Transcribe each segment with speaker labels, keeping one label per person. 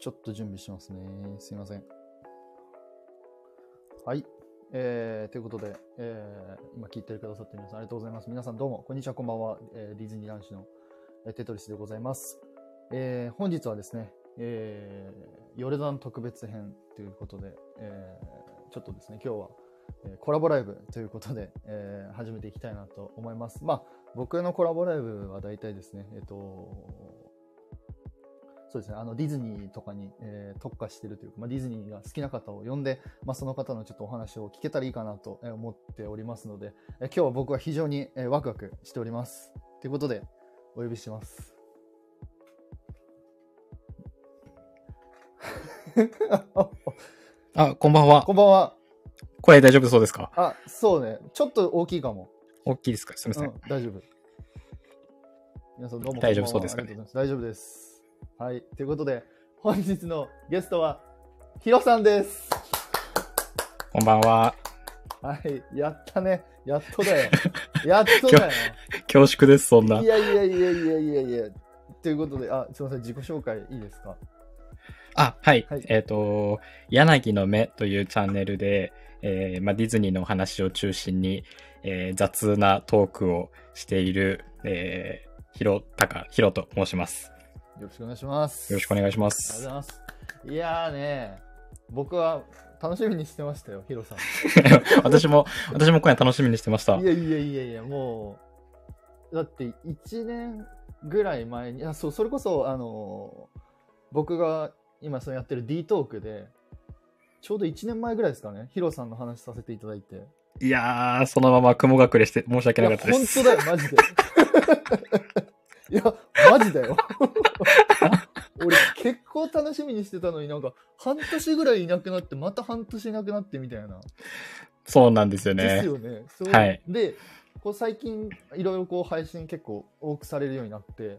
Speaker 1: ちょっと準備しますね。すいません。はい。えー、ということで、えー、今聞いてくださってる皆さんありがとうございます。皆さんどうも、こんにちは、こんばんは。えーディズニー男子の、えーテトリスでございます。えー、本日はですね、えー、ヨルダン特別編ということで、えー、ちょっとですね、今日は、えーコラボライブということで、えー始めていきたいなと思います。まあ、僕のコラボライブは大体ですね、えっ、と、そうですね、あの、ディズニーとかに、えー特化してるというか、まあ、ディズニーが好きな方を呼んで、まあ、その方のちょっとお話を聞けたらいいかなとえー思っておりますので、えー今日は僕は非常に、えーワクワクしております。ということで、お呼びします。
Speaker 2: あ、こんばんは
Speaker 1: こ。んばんは。
Speaker 2: 声大丈夫そうですか
Speaker 1: あ、そうね。ちょっと大きいかも。
Speaker 2: 大きいですかすみません。
Speaker 1: うん、大丈夫。皆さんどうも。
Speaker 2: 大丈夫
Speaker 1: こんばんは
Speaker 2: そうですかね
Speaker 1: ありがとうございます大丈夫です。はい。ということで、本日のゲストは、ヒロさんです。
Speaker 2: こんばんは。
Speaker 1: はい。やったね。やっと だよ。やっとだよ。
Speaker 2: 恐縮です、そんな。
Speaker 1: いやいやいやいやいやいや。ということで、あ、すいません。自己紹介いいですか
Speaker 2: あ、はい。
Speaker 1: はい
Speaker 2: えっ、と、柳の目というチャンネルで、えーまあ、ディズニーのお話を中心に、えー雑なトークをしている、えー、ひろたか、ひろと申します。
Speaker 1: よろしくお願いします。
Speaker 2: よろしくお願いしま
Speaker 1: あり
Speaker 2: す。
Speaker 1: がとうございます。いやーね、僕は楽しみにしてましたよ、ヒロさん。
Speaker 2: 私も、私も今夜楽しみにしてました
Speaker 1: い。やいやいやいや、もう、だって1年ぐらい前に、あそうそれこそ、あのー僕が今そのやってる D トークで、ちょうど1年前ぐらいですかね、ヒロさんの話させていただいて。
Speaker 2: いやー、そのまま雲隠れして申し
Speaker 1: い
Speaker 2: 訳なか
Speaker 1: や、
Speaker 2: ったで
Speaker 1: 本
Speaker 2: す。
Speaker 1: 当だよ、マジで。いや、マジだよ。俺、結構楽しみにしてたのになんか、半年ぐらいいなくなって、また半年いなくなってみたいな。
Speaker 2: そうなんですよ
Speaker 1: です
Speaker 2: ね。
Speaker 1: よね。そう
Speaker 2: はい
Speaker 1: で、こう最近、いろいろこう配信結構多くされるようになって、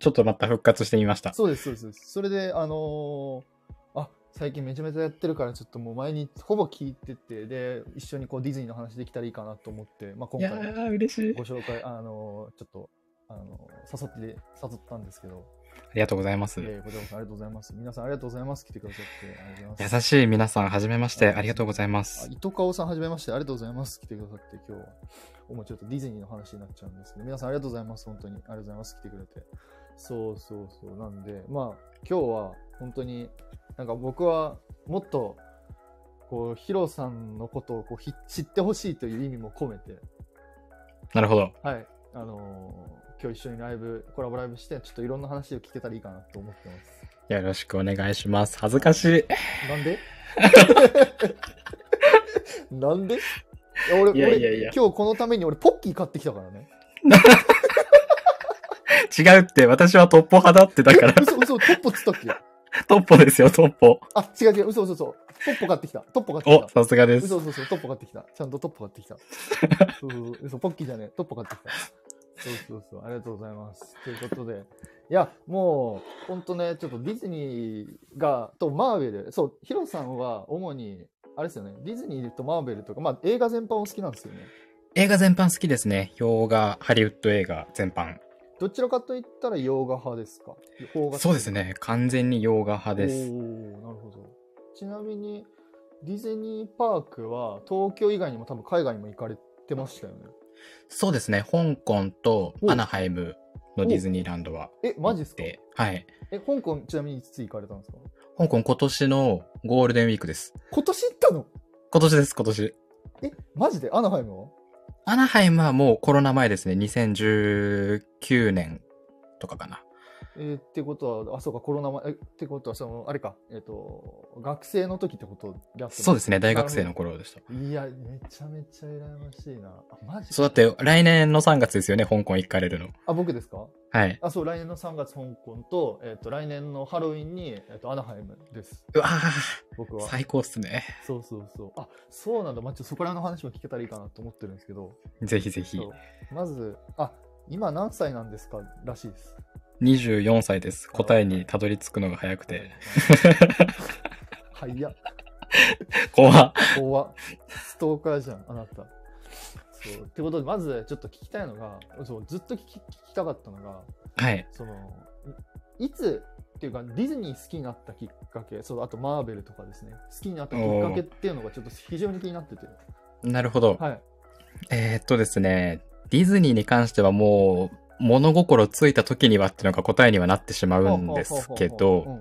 Speaker 2: ちょっとまた復活してみました。
Speaker 1: そうです、そうですそうです。それで、あのーあ、最近めちゃめちゃやってるから、ちょっともう毎日ほぼ聞いてて、で、一緒にこうディズニーの話できたらいいかなと思って、まあ、今
Speaker 2: いや
Speaker 1: 回
Speaker 2: ー、嬉しい。
Speaker 1: ご紹介、あのーちょっと、あのー誘って、誘ったんですけど、
Speaker 2: ありがとうございます。
Speaker 1: えー、こちらこそありがとうございます。皆さんありがとうございます。来てくださって、ありがとうございます。
Speaker 2: 優しい皆さん、はじめまして、ありがとうございま
Speaker 1: あ
Speaker 2: す。
Speaker 1: 伊藤かおさんはじめまして、ありがとうございます。来てくださって、今日は。もうちょっとディズニーの話になっちゃうんですけど、皆さんありがとうございます。本当に。ありがとうございます。来てくれて。そうそうそう。なんで、まあ、今日は本当に、なんか僕はもっと、こう、ヒロさんのことをこうひ知ってほしいという意味も込めて、
Speaker 2: なるほど。
Speaker 1: はい。あのー今日一緒にライブ、コラボライブして、ちょっといろんな話を聞けたらいいかなと思ってます。
Speaker 2: よろしくお願いします。恥ずかしい。
Speaker 1: なん でなんでいや俺
Speaker 2: いやいやいや
Speaker 1: 俺今日このために俺ポッキー買ってきたからね。
Speaker 2: 違うって、私はトッポ派だって、だから
Speaker 1: え、 嘘嘘トッポっつったっけ
Speaker 2: トッポですよ、トッポ。
Speaker 1: あ違う違う嘘嘘嘘トッポ買ってきたトッポ買って
Speaker 2: お、
Speaker 1: きた。
Speaker 2: さすがです。
Speaker 1: 嘘嘘嘘トッポ買ってきた。ちゃんとトッポ買ってき た。そうそうそう嘘ポッキーじゃねえトッポ買ってきた。そうそうそうありがとうございます。ということで。いや、もう、ほんとね、ちょっとディズニーが、とマーベル、そう、ヒロさんは主に、あれですよね、ディズニーとマーベルとか、まあ映画全般お好きなんですよね。
Speaker 2: 映画全般好きですね。洋画、ハリウッド映画全般。
Speaker 1: どちらかと言ったら洋画派ですか邦画
Speaker 2: そうですね。完全に洋画派
Speaker 1: で。
Speaker 2: ですす。
Speaker 1: おーなるほど。ちなみに、ディズニーパークは東京以外にも多分海外にも行かれてましたよね。
Speaker 2: そうですね。香港と
Speaker 1: お
Speaker 2: アナハイムのディズニーランドは。
Speaker 1: え、マジですか
Speaker 2: ではい。
Speaker 1: え、香港ちなみにいつ行かれたんですか
Speaker 2: 香港今年のゴールデンウィークです。
Speaker 1: 今年行ったの
Speaker 2: 今年です、今年。
Speaker 1: え、マジでアナハイムは
Speaker 2: アナハイムはもうコロナ前ですね。2019年とかかな。
Speaker 1: えーってことは、あ、そうか、コロナ前、えってことは、その、あれか、えっ、と、学生の時ってことだった。
Speaker 2: そうですすね。大学生の頃でした。
Speaker 1: いや、めちゃめちゃ羨ましいな。あ、マジ
Speaker 2: そうだって、来年の3月ですよね、香港行かれるの。
Speaker 1: あ、僕ですか
Speaker 2: はい。
Speaker 1: あそう来年の3月香港と,、えっと来年のハロウィンに、えっとアナハイムです
Speaker 2: うわぁ、
Speaker 1: 僕は
Speaker 2: 最高っすね。
Speaker 1: そうそうそうあそうなんだ、まあ、ちょっとそこら辺の話も聞けたらいいかなと思ってるんですけど
Speaker 2: ぜひぜひ
Speaker 1: そ。うまずあ今何歳なんですからしいです
Speaker 2: 24歳です。答えにたどり着くのが早くて。
Speaker 1: はいや
Speaker 2: 怖っ
Speaker 1: 怖っストーカーじゃんあなたそうってことでまずちょっと聞きたいのがそうずっと聞き聞きたかったのが
Speaker 2: はい。
Speaker 1: そのいいつっていうか、ディズニー好きになったきっかけ、そう、あとマーベルとかですね、好きになったきっかけっていうのがちょっと非常に気になってて。
Speaker 2: なるほど。
Speaker 1: はい。
Speaker 2: えーっとですね、ディズニーに関してはもう、物心ついた時にはっていうのが答えにはなってしまうんですけ
Speaker 1: うん
Speaker 2: ど、、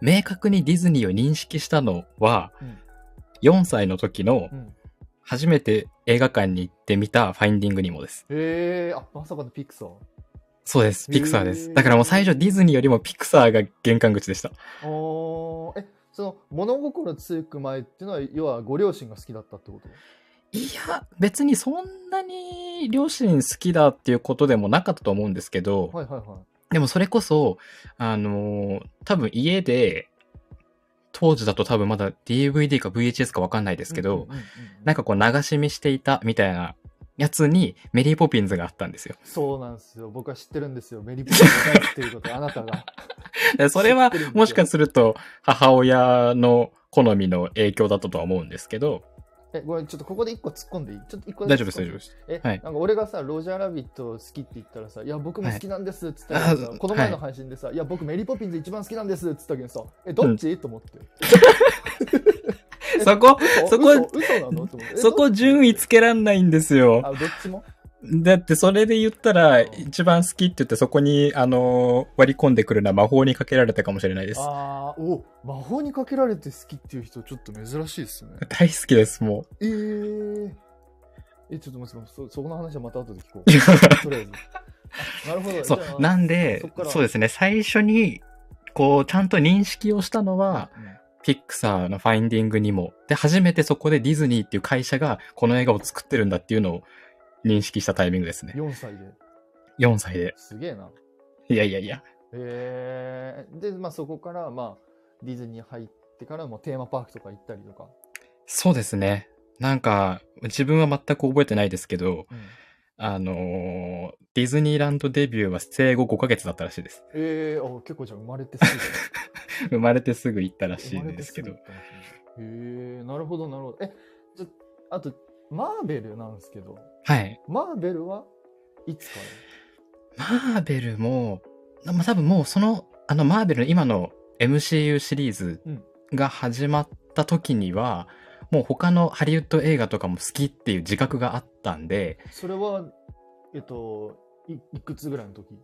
Speaker 2: 明確にディズニーを認識したのは、
Speaker 1: うん
Speaker 2: 4歳の時の
Speaker 1: うん
Speaker 2: 初めて映画館に行ってみたファインディングニモです。
Speaker 1: えー、あ、まさかのピクサー。
Speaker 2: そうです。
Speaker 1: へー
Speaker 2: ピクサーです。だからもう最初ディズニーよりもピクサーが玄関口でした。
Speaker 1: おーえ、その物心つく前っていうのは、要はご両親が好きだったってこと
Speaker 2: いや、別にそんなに両親好きだっていうことでもなかったと思うんですけど、
Speaker 1: はいはいはい。
Speaker 2: でもそれこそ、あのー多分家で、当時だと多分まだ DVD か VHS かわかんないで
Speaker 1: です
Speaker 2: けど、なんかこう流し見していたみたいなやつにメリーポピンズがあったんですよ。
Speaker 1: そうなんですよ。僕は知ってるんですよ。メリーポピンズがないっていうこと、あなたが。
Speaker 2: でそれは
Speaker 1: 知ってるんですよ
Speaker 2: もしかすると母親の好みの影響だったとは思うんですけど、
Speaker 1: え、ごめん、ちょっとここで一個突っ込んでいいちょっと一個
Speaker 2: 大丈夫です、大丈夫です。
Speaker 1: え、
Speaker 2: はい
Speaker 1: なんか俺がさ、ロジャーラビット好きって言ったらさ、いや、僕も好きなんですって言ったらさ、
Speaker 2: あ
Speaker 1: この前の配信でさ、い、や、僕メリーポピンズ一番好きなんですって言ったけどさ、え、どっち、と思っ て。え
Speaker 2: そこ、
Speaker 1: 嘘
Speaker 2: そこ
Speaker 1: 嘘嘘なのと思って。え
Speaker 2: そこ順位つけらんないんです
Speaker 1: あ、
Speaker 2: よ。
Speaker 1: どっちも
Speaker 2: だってそれで言ったら、一番好きって言ってそこに、あのー割り込んでくるのは魔法にかけられたかもしれないです。
Speaker 1: ああ、お魔法にかけられて好きっていう人、ちょっと珍しいですね。
Speaker 2: 大好きです、もう。
Speaker 1: えー、え、ちょっと待って、そそこの話はまた後で聞 こう。とりあえず。あなるほど。
Speaker 2: そ
Speaker 1: じゃあ
Speaker 2: う。なんで
Speaker 1: そっか、ら
Speaker 2: そうですね、最初に、こう、ちゃんと認識をしたのは、
Speaker 1: うん
Speaker 2: ピクサーのファインディングにも。で、初めてそこでディズニーっていう会社が、この映画を作ってるんだっていうのを認識したタイミングですね。
Speaker 1: 4歳で。
Speaker 2: 4歳で。
Speaker 1: すげえな。
Speaker 2: いやいやいや。
Speaker 1: えー、で、まあそこから、まあ、ディズニー入ってからもテーマパークとか行ったりとか。
Speaker 2: そうですね。なんか、自分は全く覚えてないですけど、
Speaker 1: うん
Speaker 2: あのーディズニーランドデビューは生後5ヶ月だったらしいです。
Speaker 1: えー、あ結構じゃあ生まれてす
Speaker 2: 生まれてすぐ行った
Speaker 1: ぐ。
Speaker 2: らしいんですけど
Speaker 1: 生。まれてすぐ行ったんですね。えー、なるほど、なるほど。え、じゃあと、マーベルなんですけど、
Speaker 2: はい。
Speaker 1: マーベルはいつから
Speaker 2: マーベルも、まあ、多分もうその、あの、マーベルの今の MCU シリーズ
Speaker 1: うん
Speaker 2: が始まった時には、もう他のハリウッド映画とかも好きっていう自覚があったんで、
Speaker 1: それは、えっと、いいくつぐらいの時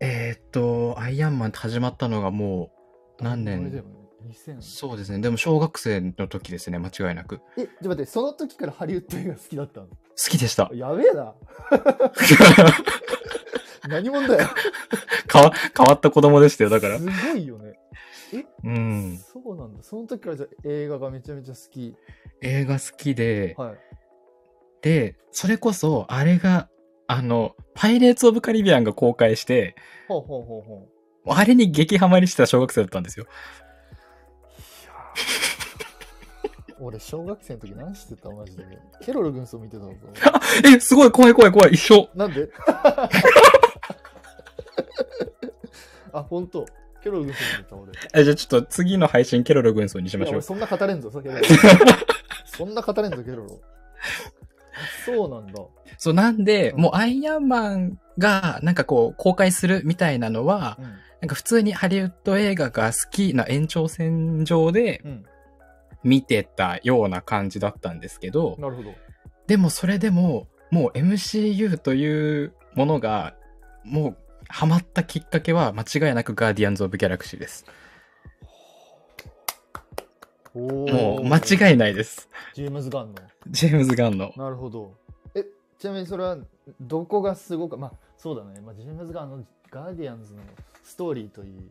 Speaker 2: えーっと、アイアンマンって始まったのがも何年
Speaker 1: あれだよね。2000
Speaker 2: う、そうですね、でも小学生の時ですね、間違いなく。好
Speaker 1: え、ちょっと待って、その時からハリウッド映画好きだったの
Speaker 2: きでした。
Speaker 1: やべえな。何者だよ。
Speaker 2: 変わ、変わった子供でしたよ、だから
Speaker 1: す。ごいよね。
Speaker 2: うん。
Speaker 1: そうなんだ。その時からじゃあ映画がめちゃめちゃ好き。
Speaker 2: 映画好きで、
Speaker 1: はい。
Speaker 2: で、それこそ、あれが、あの、パイレーツ・オブ・カリビアンが公開して、
Speaker 1: ほうほうほうほう。
Speaker 2: あれに激ハマりしてた小学生だったんですよ。
Speaker 1: 俺、小学生の時何してたマ ジで。ケロロ軍曹見てたぞ。
Speaker 2: え、すごい怖い怖い怖い、一緒。
Speaker 1: なんで あ、本当。ケロロ軍曹見てた俺。
Speaker 2: えじゃあちょっと次の配信ケロロ軍曹にしま
Speaker 1: い
Speaker 2: し
Speaker 1: や俺
Speaker 2: ょう。
Speaker 1: そんな語れんぞ、さケロ ロそんな語れんぞ、ケロロ。あそうなんだ。
Speaker 2: そう、なんで、
Speaker 1: うん
Speaker 2: もうアイアンマンがなんかこう公開するみたいなのは、
Speaker 1: うん。
Speaker 2: なんか普通にハリウッド映画が好きな延長線上で
Speaker 1: うん。
Speaker 2: 見てたような感じだったんですけど、
Speaker 1: なるほど。
Speaker 2: でもそれでも、もう MCU というものが、もうハマったきっかけは間違いなくガーディアンズ・オブ・ギャラクシーです。も
Speaker 1: も
Speaker 2: う間違いないです。
Speaker 1: ジェームズ・ガンの。
Speaker 2: ジェームズ・ガンの。
Speaker 1: なるほど。え、ちなみにそれはどこがすごか、まあそうだね、まあ、ジェームズ・ガンのガーディアンズのストーリーといい、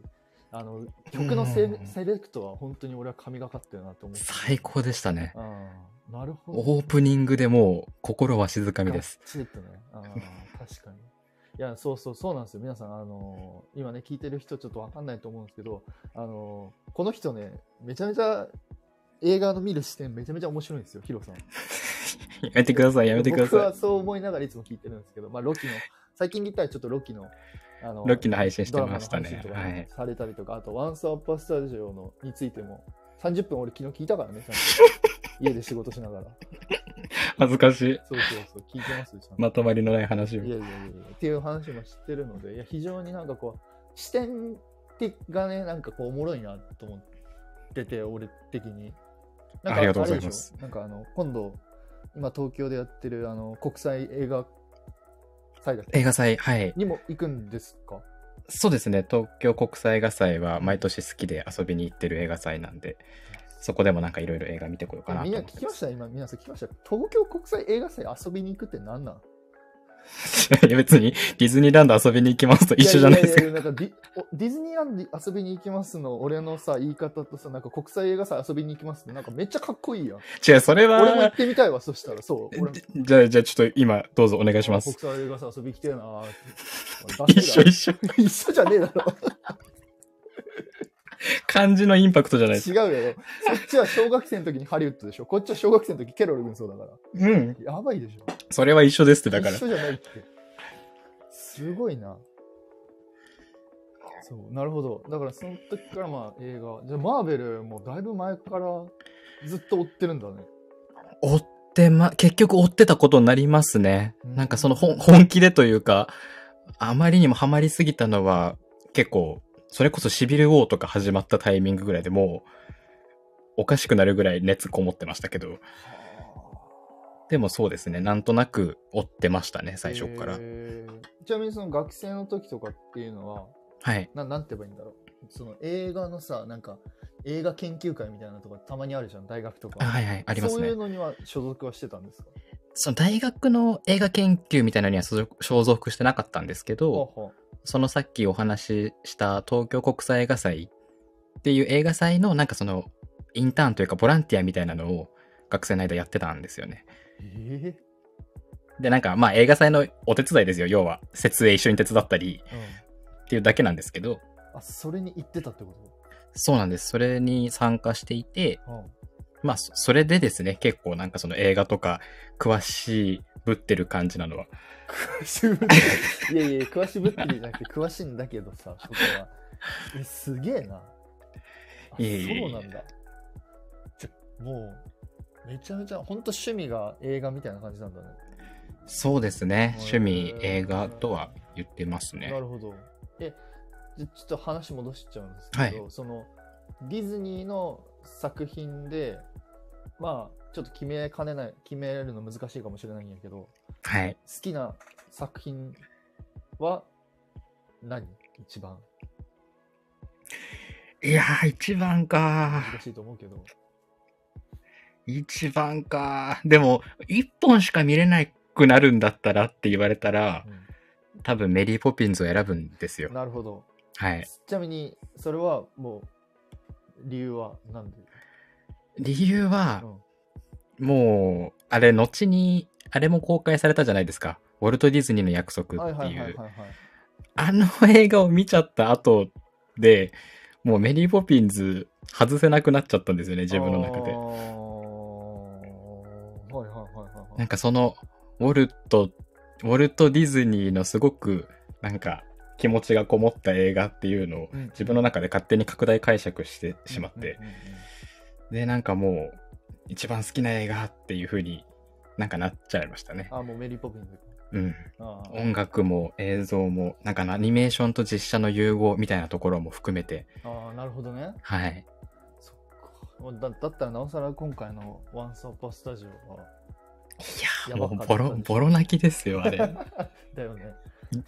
Speaker 1: あの曲のセ,、
Speaker 2: うん
Speaker 1: セレクトは本当に俺は神がかってるなと思って。
Speaker 2: 最高でしたね。
Speaker 1: あーなるほど。
Speaker 2: オープニングでもう心は静かみです。
Speaker 1: ガッチリとね。あー確かに。いや、そうそう、そうなんですよ。皆さん、あのー今ね、聞いてる人ちょっとわかんないと思うんですけど、あのーこの人ね、めちゃめちゃ映画の見る視点めちゃめちゃ面白いんですよ、ヒロさん。
Speaker 2: やめてください、やめてくだ
Speaker 1: 僕
Speaker 2: さ
Speaker 1: はそう思いながらいつも聞いてるんですけど、まあ、ロキの、最近で言ったらちょっとロキの、あの
Speaker 2: ロキの配信してましたね
Speaker 1: ドラマの
Speaker 2: は
Speaker 1: 配信
Speaker 2: い
Speaker 1: とかされたりとか、あと、ワンスアッパースタジオのについても、30分俺昨日聞いたからね、ちゃんと家で仕事しながら。
Speaker 2: い。恥ずかしい。
Speaker 1: そうそうそう、聞いてますよ、ちゃんと。
Speaker 2: まとまりのない話を
Speaker 1: い。やいやいやいやっていう話も知ってるので、いや非常になんかこう、視点手がね、なんかこう、おもろいなと思ってて、俺的に。なんか
Speaker 2: ありがとうございます
Speaker 1: あれでしょなんかあの、今度、今東京でやってる、あの、国際映画祭だっけ
Speaker 2: 映画祭、はい。
Speaker 1: にも行くんですか
Speaker 2: そうですね、東京国際映画祭は毎年好きで遊びに行ってる映画祭なんで、そこでもなんかいろいろ映画見てこようかなと
Speaker 1: みん
Speaker 2: 思
Speaker 1: な
Speaker 2: っ
Speaker 1: 聞
Speaker 2: て
Speaker 1: き
Speaker 2: ま
Speaker 1: まし
Speaker 2: す。
Speaker 1: た今、皆さん聞きました東京国際映画祭遊びに行くって何なん
Speaker 2: いや、別にディズニーランド遊びに行きますと一緒じゃないです
Speaker 1: や
Speaker 2: か。
Speaker 1: ややなんかディおディズニーランド遊びに行きますの、俺のさ、言い方とさ、なんか国際映画祭遊びに行きますって、なんかめっちゃかっこいいやん。
Speaker 2: 違う、それ
Speaker 1: 俺も行っ
Speaker 2: は、
Speaker 1: てみたいわ、そしたら。そう。俺も
Speaker 2: じゃあ、じゃあちょっと今、どうぞお願いします。
Speaker 1: 国際映画祭遊び来てえなーって俺
Speaker 2: 一
Speaker 1: 出せ
Speaker 2: 緒
Speaker 1: ない
Speaker 2: 一緒。
Speaker 1: 一緒じゃねえだろ。
Speaker 2: 漢字のインパクトじゃないです
Speaker 1: 違うよ。そっちは小学生の時にハリウッドでしょ。こっちは小学生の時ケロル軍曹だか
Speaker 2: うん。
Speaker 1: ら。やばいでしょ。
Speaker 2: それは一緒ですって、だから
Speaker 1: 一。緒じゃないって。すごいな。そう、なるほど。だからその時からまあ映画。じゃあマーベルもだいぶ前からずっと追ってるんだね。
Speaker 2: 追ってま、結局追ってたことになりますね。
Speaker 1: うん
Speaker 2: なんかその本本気でというか、あまりにもハマりすぎたのは、結構、それこそシビルウォーとか始まったタイミングぐらいでもう、おかしくなるぐらい熱こもってましたけど、でもそうですね、なんとなく追ってましたね、最初から。
Speaker 1: えーちなみにその学生の時とかっていうのは、
Speaker 2: はい。
Speaker 1: ななんて言えばいいんだろう。その映画のさ、なんか映画研究会みたいなのとかたまにあるじゃん、大学とか。
Speaker 2: あはいはい、あります
Speaker 1: そうい
Speaker 2: ね
Speaker 1: う。のには所属はしてたんですか
Speaker 2: その大学の映画研究みたいなのには所属所属してなかったんですけど、
Speaker 1: ほうほう
Speaker 2: そのさっきお話しした東京国際映画祭っていう映画祭のなんかそのインターンというかボランティアみたいなのを学生の間やってたんですよね。
Speaker 1: え
Speaker 2: で、なんかまあ映画祭のお手伝いですよ、要は。設営一緒に手伝ったり
Speaker 1: え
Speaker 2: っていうだけなんですけど、
Speaker 1: うん、あそれに行ってたってこ
Speaker 2: そうなんです。それに参加していて、
Speaker 1: と、 うん
Speaker 2: まあそそれでですね、結構なんかその映画とか詳しいぶってる感じなのは。
Speaker 1: 詳しぶっていやいや詳しぶってじゃなくて詳しいんだけどさそこはえすげえなあ
Speaker 2: いえいえいえ
Speaker 1: そうなんだじゃもうめちゃめちゃほんと趣味が映画みたいな感じなんだね
Speaker 2: そうですね。
Speaker 1: へー
Speaker 2: 趣味映画とは言ってますね
Speaker 1: な。るほどえじゃちょっと話戻しちゃうんですけど、そのディズニーの作品でまあちょっと決めかねない決めるの難しいかもしれないんやけど
Speaker 2: はい。
Speaker 1: 好きな作品は何一番
Speaker 2: いやー、一番かー
Speaker 1: 難しいと思うけど。
Speaker 2: 一番か。でも、一本しか見れなくなるんだったらって言われたら、多分メリーポピンズを選ぶんです
Speaker 1: う
Speaker 2: よ
Speaker 1: ん。なるほど。
Speaker 2: はい。
Speaker 1: ちなみに、それはもう、理由は何で、
Speaker 2: 理由は
Speaker 1: う、ん
Speaker 2: もう、あれ、後に、あれも公開されたじゃないですか。ウォルト・ディズニーの約束
Speaker 1: はい
Speaker 2: って
Speaker 1: はい
Speaker 2: い。
Speaker 1: はいはいうはい。
Speaker 2: あの映画を見ちゃった後で、もうメリーポピンズ外せなくなっちゃったんですよね、自分の中で
Speaker 1: あー。はいはいはいはいは
Speaker 2: ないん。かその、ウォルト、ウォルト・ディズニーのすごく、なんか、気持ちがこもった映画っていうのを
Speaker 1: うん
Speaker 2: 自分の中で勝手に拡大解釈してしまって
Speaker 1: うん、うんうんうん
Speaker 2: で、なんかもう、一番好きな映画っていう風になんかなっちゃいましたね。
Speaker 1: あー、もうメリーポピンズ。
Speaker 2: うん。
Speaker 1: あー
Speaker 2: 音楽も映像も、なんかアニメーションと実写の融合みたいなところも含めて、
Speaker 1: あー、なるほどね。
Speaker 2: はい。
Speaker 1: そっかもうだだったらなおさら今回のワンスオッパスタジオは。
Speaker 2: い
Speaker 1: や
Speaker 2: や、
Speaker 1: ば
Speaker 2: も
Speaker 1: かった
Speaker 2: うボロ、ボロ泣きですよ、あ れ。
Speaker 1: だよね。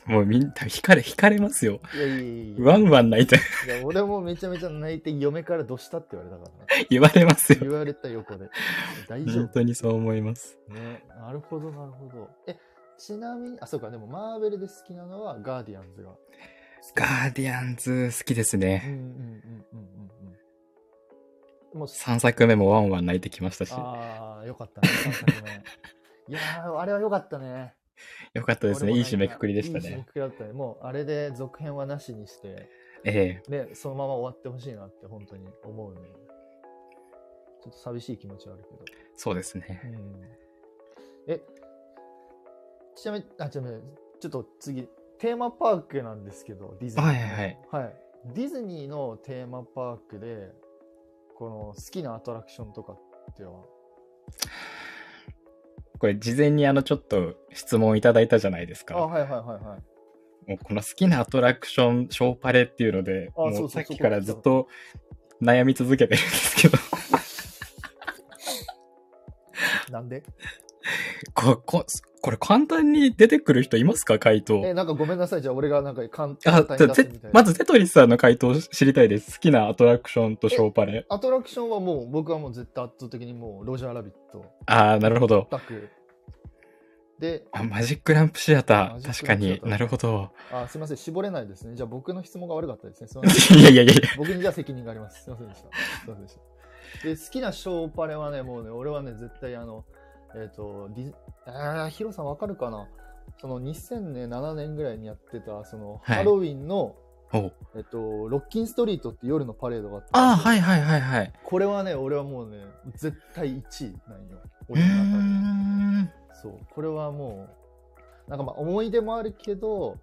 Speaker 2: もうみんな、惹かれ、惹かれますよ。
Speaker 1: いやいやいやいや
Speaker 2: ワンワン泣いた、
Speaker 1: いや俺もめちゃめちゃ泣いて嫁からどしたって言われたからな。
Speaker 2: 言われますよ。
Speaker 1: 言われた横で。大丈
Speaker 2: 本当にそう思います。
Speaker 1: 夫。ね。なるほど、なるほど。え、ちなみに、あ、そうか、でもマーベルで好きなのはガーディアンズが。
Speaker 2: ガーディアンズ好きです
Speaker 1: うん
Speaker 2: ね。
Speaker 1: うんうんうんうんうん。 もう、
Speaker 2: 3作目もワンワン泣いてきましたし、
Speaker 1: ああ、よかったね、三作目。いやー、あれはよかったね。
Speaker 2: よかったですね。いい締めくくりでした
Speaker 1: いい締め
Speaker 2: ね。
Speaker 1: くくりだったね。もう、あれで続編はなしにして、
Speaker 2: ええ
Speaker 1: ね、そのまま終わってほしいなって、本当に思うね。ちょっと寂しい気持ちはあるけど。
Speaker 2: そうですね。
Speaker 1: え、ちなみに、あ、ちなみに、ちょっと次、テーマパークなんですけど、ディズニーの。
Speaker 2: はいはい
Speaker 1: はい。ディズニーのテーマパークで、この好きなアトラクションとかっては、
Speaker 2: これ事前にあのちょっと質問いただいたじゃないです
Speaker 1: あ、
Speaker 2: か。
Speaker 1: はいはいはいはい。
Speaker 2: もうこの好きなアトラクション、ショーパレっていうので、
Speaker 1: あそうそ
Speaker 2: も
Speaker 1: う
Speaker 2: うさっきからずっと悩み続けてるんです けど、
Speaker 1: なんで
Speaker 2: こここれ簡単に出てくる人いますか回答。
Speaker 1: え、なんかごめんなさい。じゃあ俺がなんか簡簡、
Speaker 2: あ
Speaker 1: 単
Speaker 2: じ
Speaker 1: に
Speaker 2: ゃ
Speaker 1: 出
Speaker 2: あ
Speaker 1: す
Speaker 2: テ
Speaker 1: みたいな。
Speaker 2: まずテトリスさんの回答知りたいです。好きなアトラクションとショーパレ。
Speaker 1: アトラクションはもう僕はもう絶対圧倒的にもうロジャーラビット、
Speaker 2: ああ、なるほど。
Speaker 1: タク。で、
Speaker 2: あマジックランプシアタ
Speaker 1: マ
Speaker 2: ー。
Speaker 1: ジッ
Speaker 2: 確
Speaker 1: クラ
Speaker 2: か
Speaker 1: ンプシアター
Speaker 2: になるほど。
Speaker 1: あ、すいません。絞れないですね。じゃあ僕の質問が悪かったですね。すいません。
Speaker 2: いやいやいやいや。
Speaker 1: 僕にじゃあ責任があります。すいませんでした。すいませんでした。で、好きなショーパレはね、もうね、俺はね、絶対あの、えっ、と、ディズあーヒロさんわかるかなその2007年ぐらいにやってた、その、
Speaker 2: はい
Speaker 1: ハロウィンの、
Speaker 2: おう
Speaker 1: えっ、と、ロッキンストリートって夜のパレードがあった。
Speaker 2: ああ、はいいはいはいはい。
Speaker 1: これはね、俺はもうね、絶対1位なんよ。
Speaker 2: うー
Speaker 1: 俺の中で。
Speaker 2: ん。
Speaker 1: そう、これはもう、なんかまあ思い出もあるけど、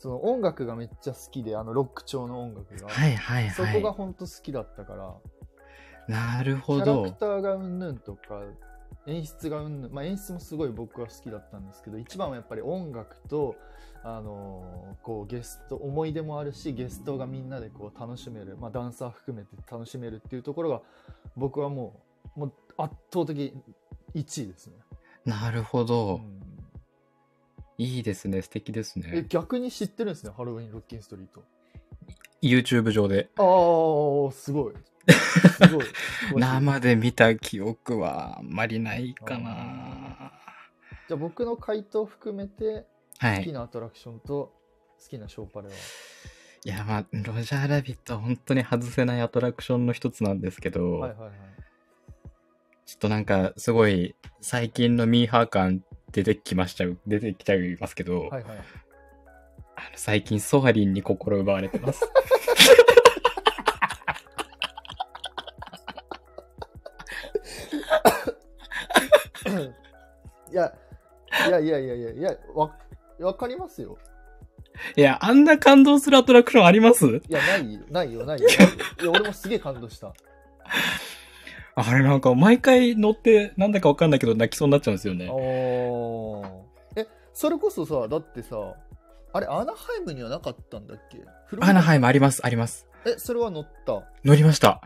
Speaker 1: その音楽がめっちゃ好きで、あのロック調の音楽が。
Speaker 2: はいはい
Speaker 1: そこが
Speaker 2: は
Speaker 1: 本当好きだったから、
Speaker 2: い。なる
Speaker 1: キ
Speaker 2: ほ
Speaker 1: ャラ
Speaker 2: ど
Speaker 1: ク。ターがうんぬんとか、演出がうんぬん、まあ演出もすごい僕は好きだったんですけど、一番はやっぱり音楽と、あのーこうゲスト、思い出もあるし、ゲストがみんなでこう楽しめる、まあダンサー含めて楽しめるっていうところが、僕はもう、もう圧倒的1位ですね。
Speaker 2: なるほど。
Speaker 1: うん
Speaker 2: いいですね、素敵です
Speaker 1: え
Speaker 2: ね。
Speaker 1: 逆に知ってるんですねハロウィンロッキンストリート
Speaker 2: YouTube 上で。
Speaker 1: ああすごいす ごいじ
Speaker 2: 生で見た記憶はあんまりないかな。
Speaker 1: ゃあ僕の回答含めて
Speaker 2: は
Speaker 1: 好
Speaker 2: い。
Speaker 1: きなアトラクションと好きなショーパレは、
Speaker 2: いや、まあ、ロジャーラビットは本当に外せないアトラクションの一つなんですけど、
Speaker 1: はいはいはい
Speaker 2: ちょっとなんか、すごい、最近のミーハー感出てきましたよ、出てきちゃいますけど、
Speaker 1: はいはい
Speaker 2: あの最近ソハリンに心奪われてます。
Speaker 1: いやいやいやいやいやいやわわかりますよ
Speaker 2: いや、あんな感動するアトラクションあります
Speaker 1: いやないよないよ ないよないや俺もすげえ感動した
Speaker 2: あれなんか、毎回乗って、なんだかわかんないけど泣きそうになっちゃうんですよね。
Speaker 1: おーえそれこそさだってさあれアナハイムにはなかったんだっけ
Speaker 2: アナハイ
Speaker 1: ム
Speaker 2: ムあります、あります。
Speaker 1: えそれは乗った
Speaker 2: 乗りました。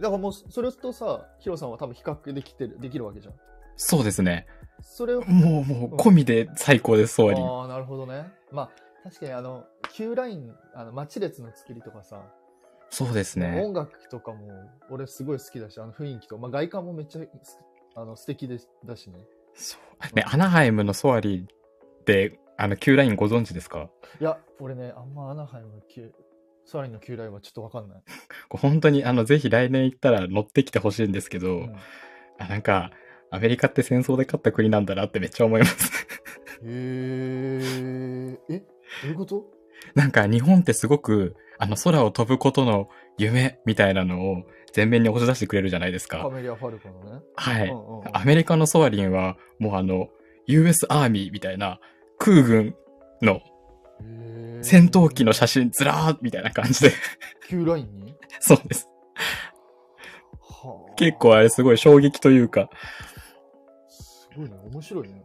Speaker 1: だからもうそそれとさヒロさんは多分比較できてるできるわけじゃん
Speaker 2: そうですね。
Speaker 1: それを
Speaker 2: もう、もう、込みで最高です、ソアリン。
Speaker 1: ああなるほどねまあ確かにあの Q ラインあの待ち列の作りとかさ、
Speaker 2: そうですね。
Speaker 1: 音楽とかも俺すごい好きだしあの雰囲気と、まあ、外観もめっちゃすあの素敵でだしね
Speaker 2: そう。ね、アナハイムのソアリンって、あの、Q ラインご存知ですか
Speaker 1: いや俺ねあんまアナハイムの Q ソアリンの Q ラインはちょっとわかんない、
Speaker 2: こう本当に、あの、ぜひ来年行ったら乗ってきてほしいんですけど、
Speaker 1: うん
Speaker 2: あなんか、アメリカって戦争で勝った国なんだなってめっちゃ思います。
Speaker 1: へーえどういうこと
Speaker 2: なんか、日本ってすごく、あの、空を飛ぶことの夢みたいなのを前面に押し出してくれるじゃないです
Speaker 1: カ
Speaker 2: か。
Speaker 1: メリア・ファルコのね、
Speaker 2: はい。
Speaker 1: うんうんうん
Speaker 2: アメリカのソアリンは、もうあの、US アーミーみたいな、空軍の
Speaker 1: へー
Speaker 2: 戦闘機の写真ずらーみたいな感じで。
Speaker 1: Q ラインに
Speaker 2: そうです。
Speaker 1: はあ
Speaker 2: 結構あれすごい衝撃というか、
Speaker 1: すごいね面白いね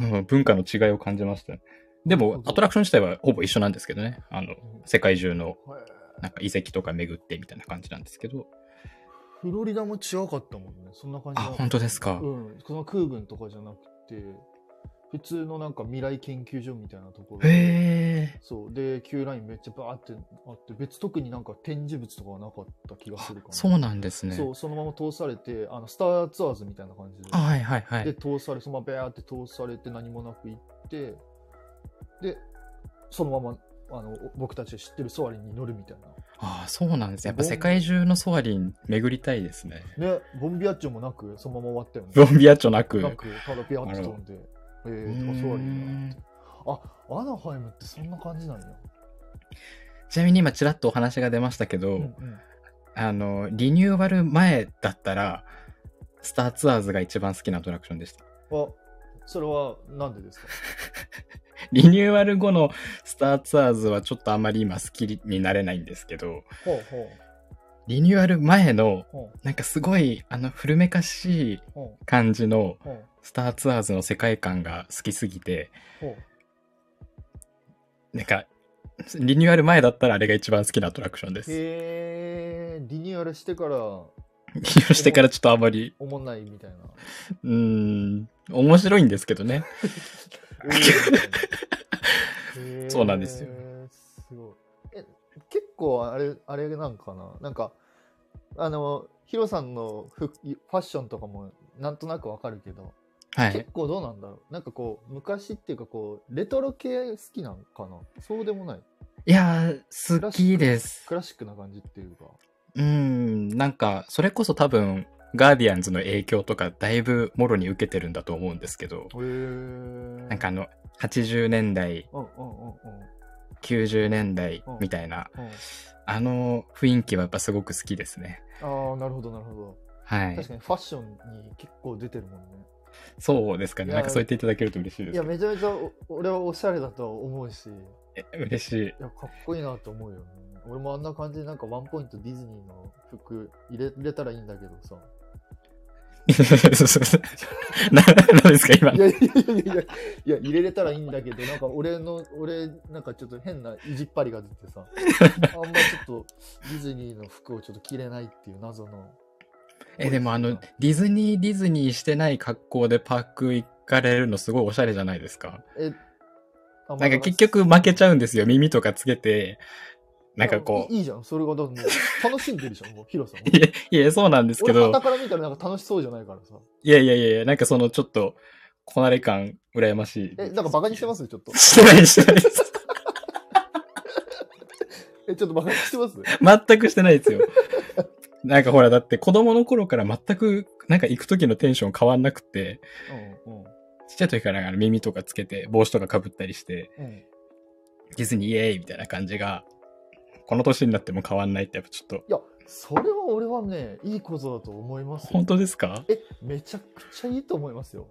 Speaker 2: うん文化の違いを感じましたね。で
Speaker 1: なる
Speaker 2: も
Speaker 1: ほ、ど
Speaker 2: アトラクション自体はほぼ一緒なんですけどね。あの、世界中の
Speaker 1: はい
Speaker 2: なんか遺跡とか巡ってみたいな感じなんですけど。
Speaker 1: フロリダも違かったもんね。そんな感じ
Speaker 2: あ、
Speaker 1: だった
Speaker 2: 本当ですか。
Speaker 1: うん。その空軍とかじゃなくて、普通のなんか未来研究所みたいなところで。
Speaker 2: へ
Speaker 1: そう。で、Q ラインめっちゃバーってあって、別特になんか展示物とかはなかった気がするか
Speaker 2: ー
Speaker 1: ら。
Speaker 2: そうなんですね。
Speaker 1: そう、そのまま通されて、あの、スターツアーズみたいな感じで。
Speaker 2: あ、はいはいは
Speaker 1: で、
Speaker 2: い。
Speaker 1: 通され、そのままベーって通されて何もなく行って、で、そのまま、あの、僕たちが知ってるソアリンに乗るみたいな。
Speaker 2: ああ、そうなんですね。やっぱ世界中のソアリン巡りたいですね。
Speaker 1: ね、ボンビアッチョもなく、そのまま終わったよね。
Speaker 2: ゾンビアチョなく。
Speaker 1: なく、ただピアッと飛んで、えー、とか、ソアリンだって。あ、アナハイムってそんな感じなんや。
Speaker 2: ちなみに今ちらっとお話が出ましたけど、
Speaker 1: うんうん
Speaker 2: あの、リニューアル前だったら、スターツアーズが一番好きなアトラクションでした。
Speaker 1: あ、それはなんでですか
Speaker 2: リニューアル後のスターツアーズはちょっとあまり今好きになれないんですけど、
Speaker 1: ほうほう
Speaker 2: リニューアル前の、
Speaker 1: ほう
Speaker 2: なんかすごい、あの、古めかしい
Speaker 1: ほう
Speaker 2: 感じの
Speaker 1: ほう
Speaker 2: スターツアーズの世界観が好きすぎて、
Speaker 1: ほう
Speaker 2: なんか、リニューアル前だったらあれが一番好きなアトラクションです。リ
Speaker 1: へえ、リニューアルしてから
Speaker 2: ニューアル してからちょっとあまり、
Speaker 1: おもんないみたいな。
Speaker 2: うーん、面白いんですけ どね。
Speaker 1: えーみたいなへー
Speaker 2: そうなんですよ
Speaker 1: すごい。え、結構あれ、あれなんかななんか、あの、ヒロさんの服ファッションとかもなんとなくわかるけど、
Speaker 2: はい
Speaker 1: 結。構どうなんだろうなんかこう、昔っていうかこう、レトロ系好きなんかなそうでもない。
Speaker 2: いやー、好きです。
Speaker 1: クラシックな感じっていうか。
Speaker 2: うん、なんか、それこそ多分、ガーディアンズの影響とか、だいぶもろに受けてるんだと思うんですけ
Speaker 1: へ
Speaker 2: ど、
Speaker 1: え。
Speaker 2: なんかあ、の、80年代、
Speaker 1: うんうんうんうん。
Speaker 2: 90年代みたいな、
Speaker 1: うん、
Speaker 2: あの雰囲気はやっぱすごく好きですね。
Speaker 1: ああ、なるほどなるほど。
Speaker 2: は
Speaker 1: 確
Speaker 2: い。
Speaker 1: かにファッションに結構出てるもんね。
Speaker 2: そうですか
Speaker 1: い
Speaker 2: ね。
Speaker 1: や
Speaker 2: なんかそう言っていただけると嬉しいで
Speaker 1: い
Speaker 2: す
Speaker 1: や、。めちゃめちゃお俺はおしゃれだとは思うし、い
Speaker 2: え嬉し い。
Speaker 1: や、かっこいいなと思うよね。俺もあんな感じでなんかワンポイントディズニーの服入れ入れたらいいんだけど さ。
Speaker 2: な何ですか今
Speaker 1: い。やいやいやいや、いや入れれたらいいんだけど、なんか俺の、俺、なんかちょっと変な意地っ張りが出て さ、あんまちょっとディズニーの服をちょっと着れないっていう謎の。
Speaker 2: え、でもあの、ディズニーディズニーしてない格好でパーク行かれるのすごいおしゃれじゃないですか。
Speaker 1: え、あ
Speaker 2: なんか結局負けちゃうんですよ。耳とかつけて。なんかこう。
Speaker 1: いいいいじゃん、それがだってもう楽しんでるじゃん、もうヒロ さん。
Speaker 2: いや、いや、そうなんですけ
Speaker 1: 俺、
Speaker 2: ど
Speaker 1: 傍。から見たらなんか楽しそうじゃないからさ。
Speaker 2: いやいやいやいや、なんかそのちょっと、こなれ感、羨ましい。
Speaker 1: え、なんかバカにしてますちょっと。
Speaker 2: してないしてないです。
Speaker 1: え、ちょっとバカにしてます
Speaker 2: 全くしてないですよ。なんかほら、だって子供の頃から全く、なんか行く時のテンション変わんなくて、
Speaker 1: うんうん。
Speaker 2: ちっちゃい時からあの耳とかつけて、帽子とか被ったりして、
Speaker 1: うん、
Speaker 2: ディズニーイエーイみたいな感じが、この年になっても変わんないって、やっぱちょっと、
Speaker 1: いや、それは俺はね、いいことだと思いますよ
Speaker 2: 本当ですか
Speaker 1: え、めちゃくちゃいいと思いますよ。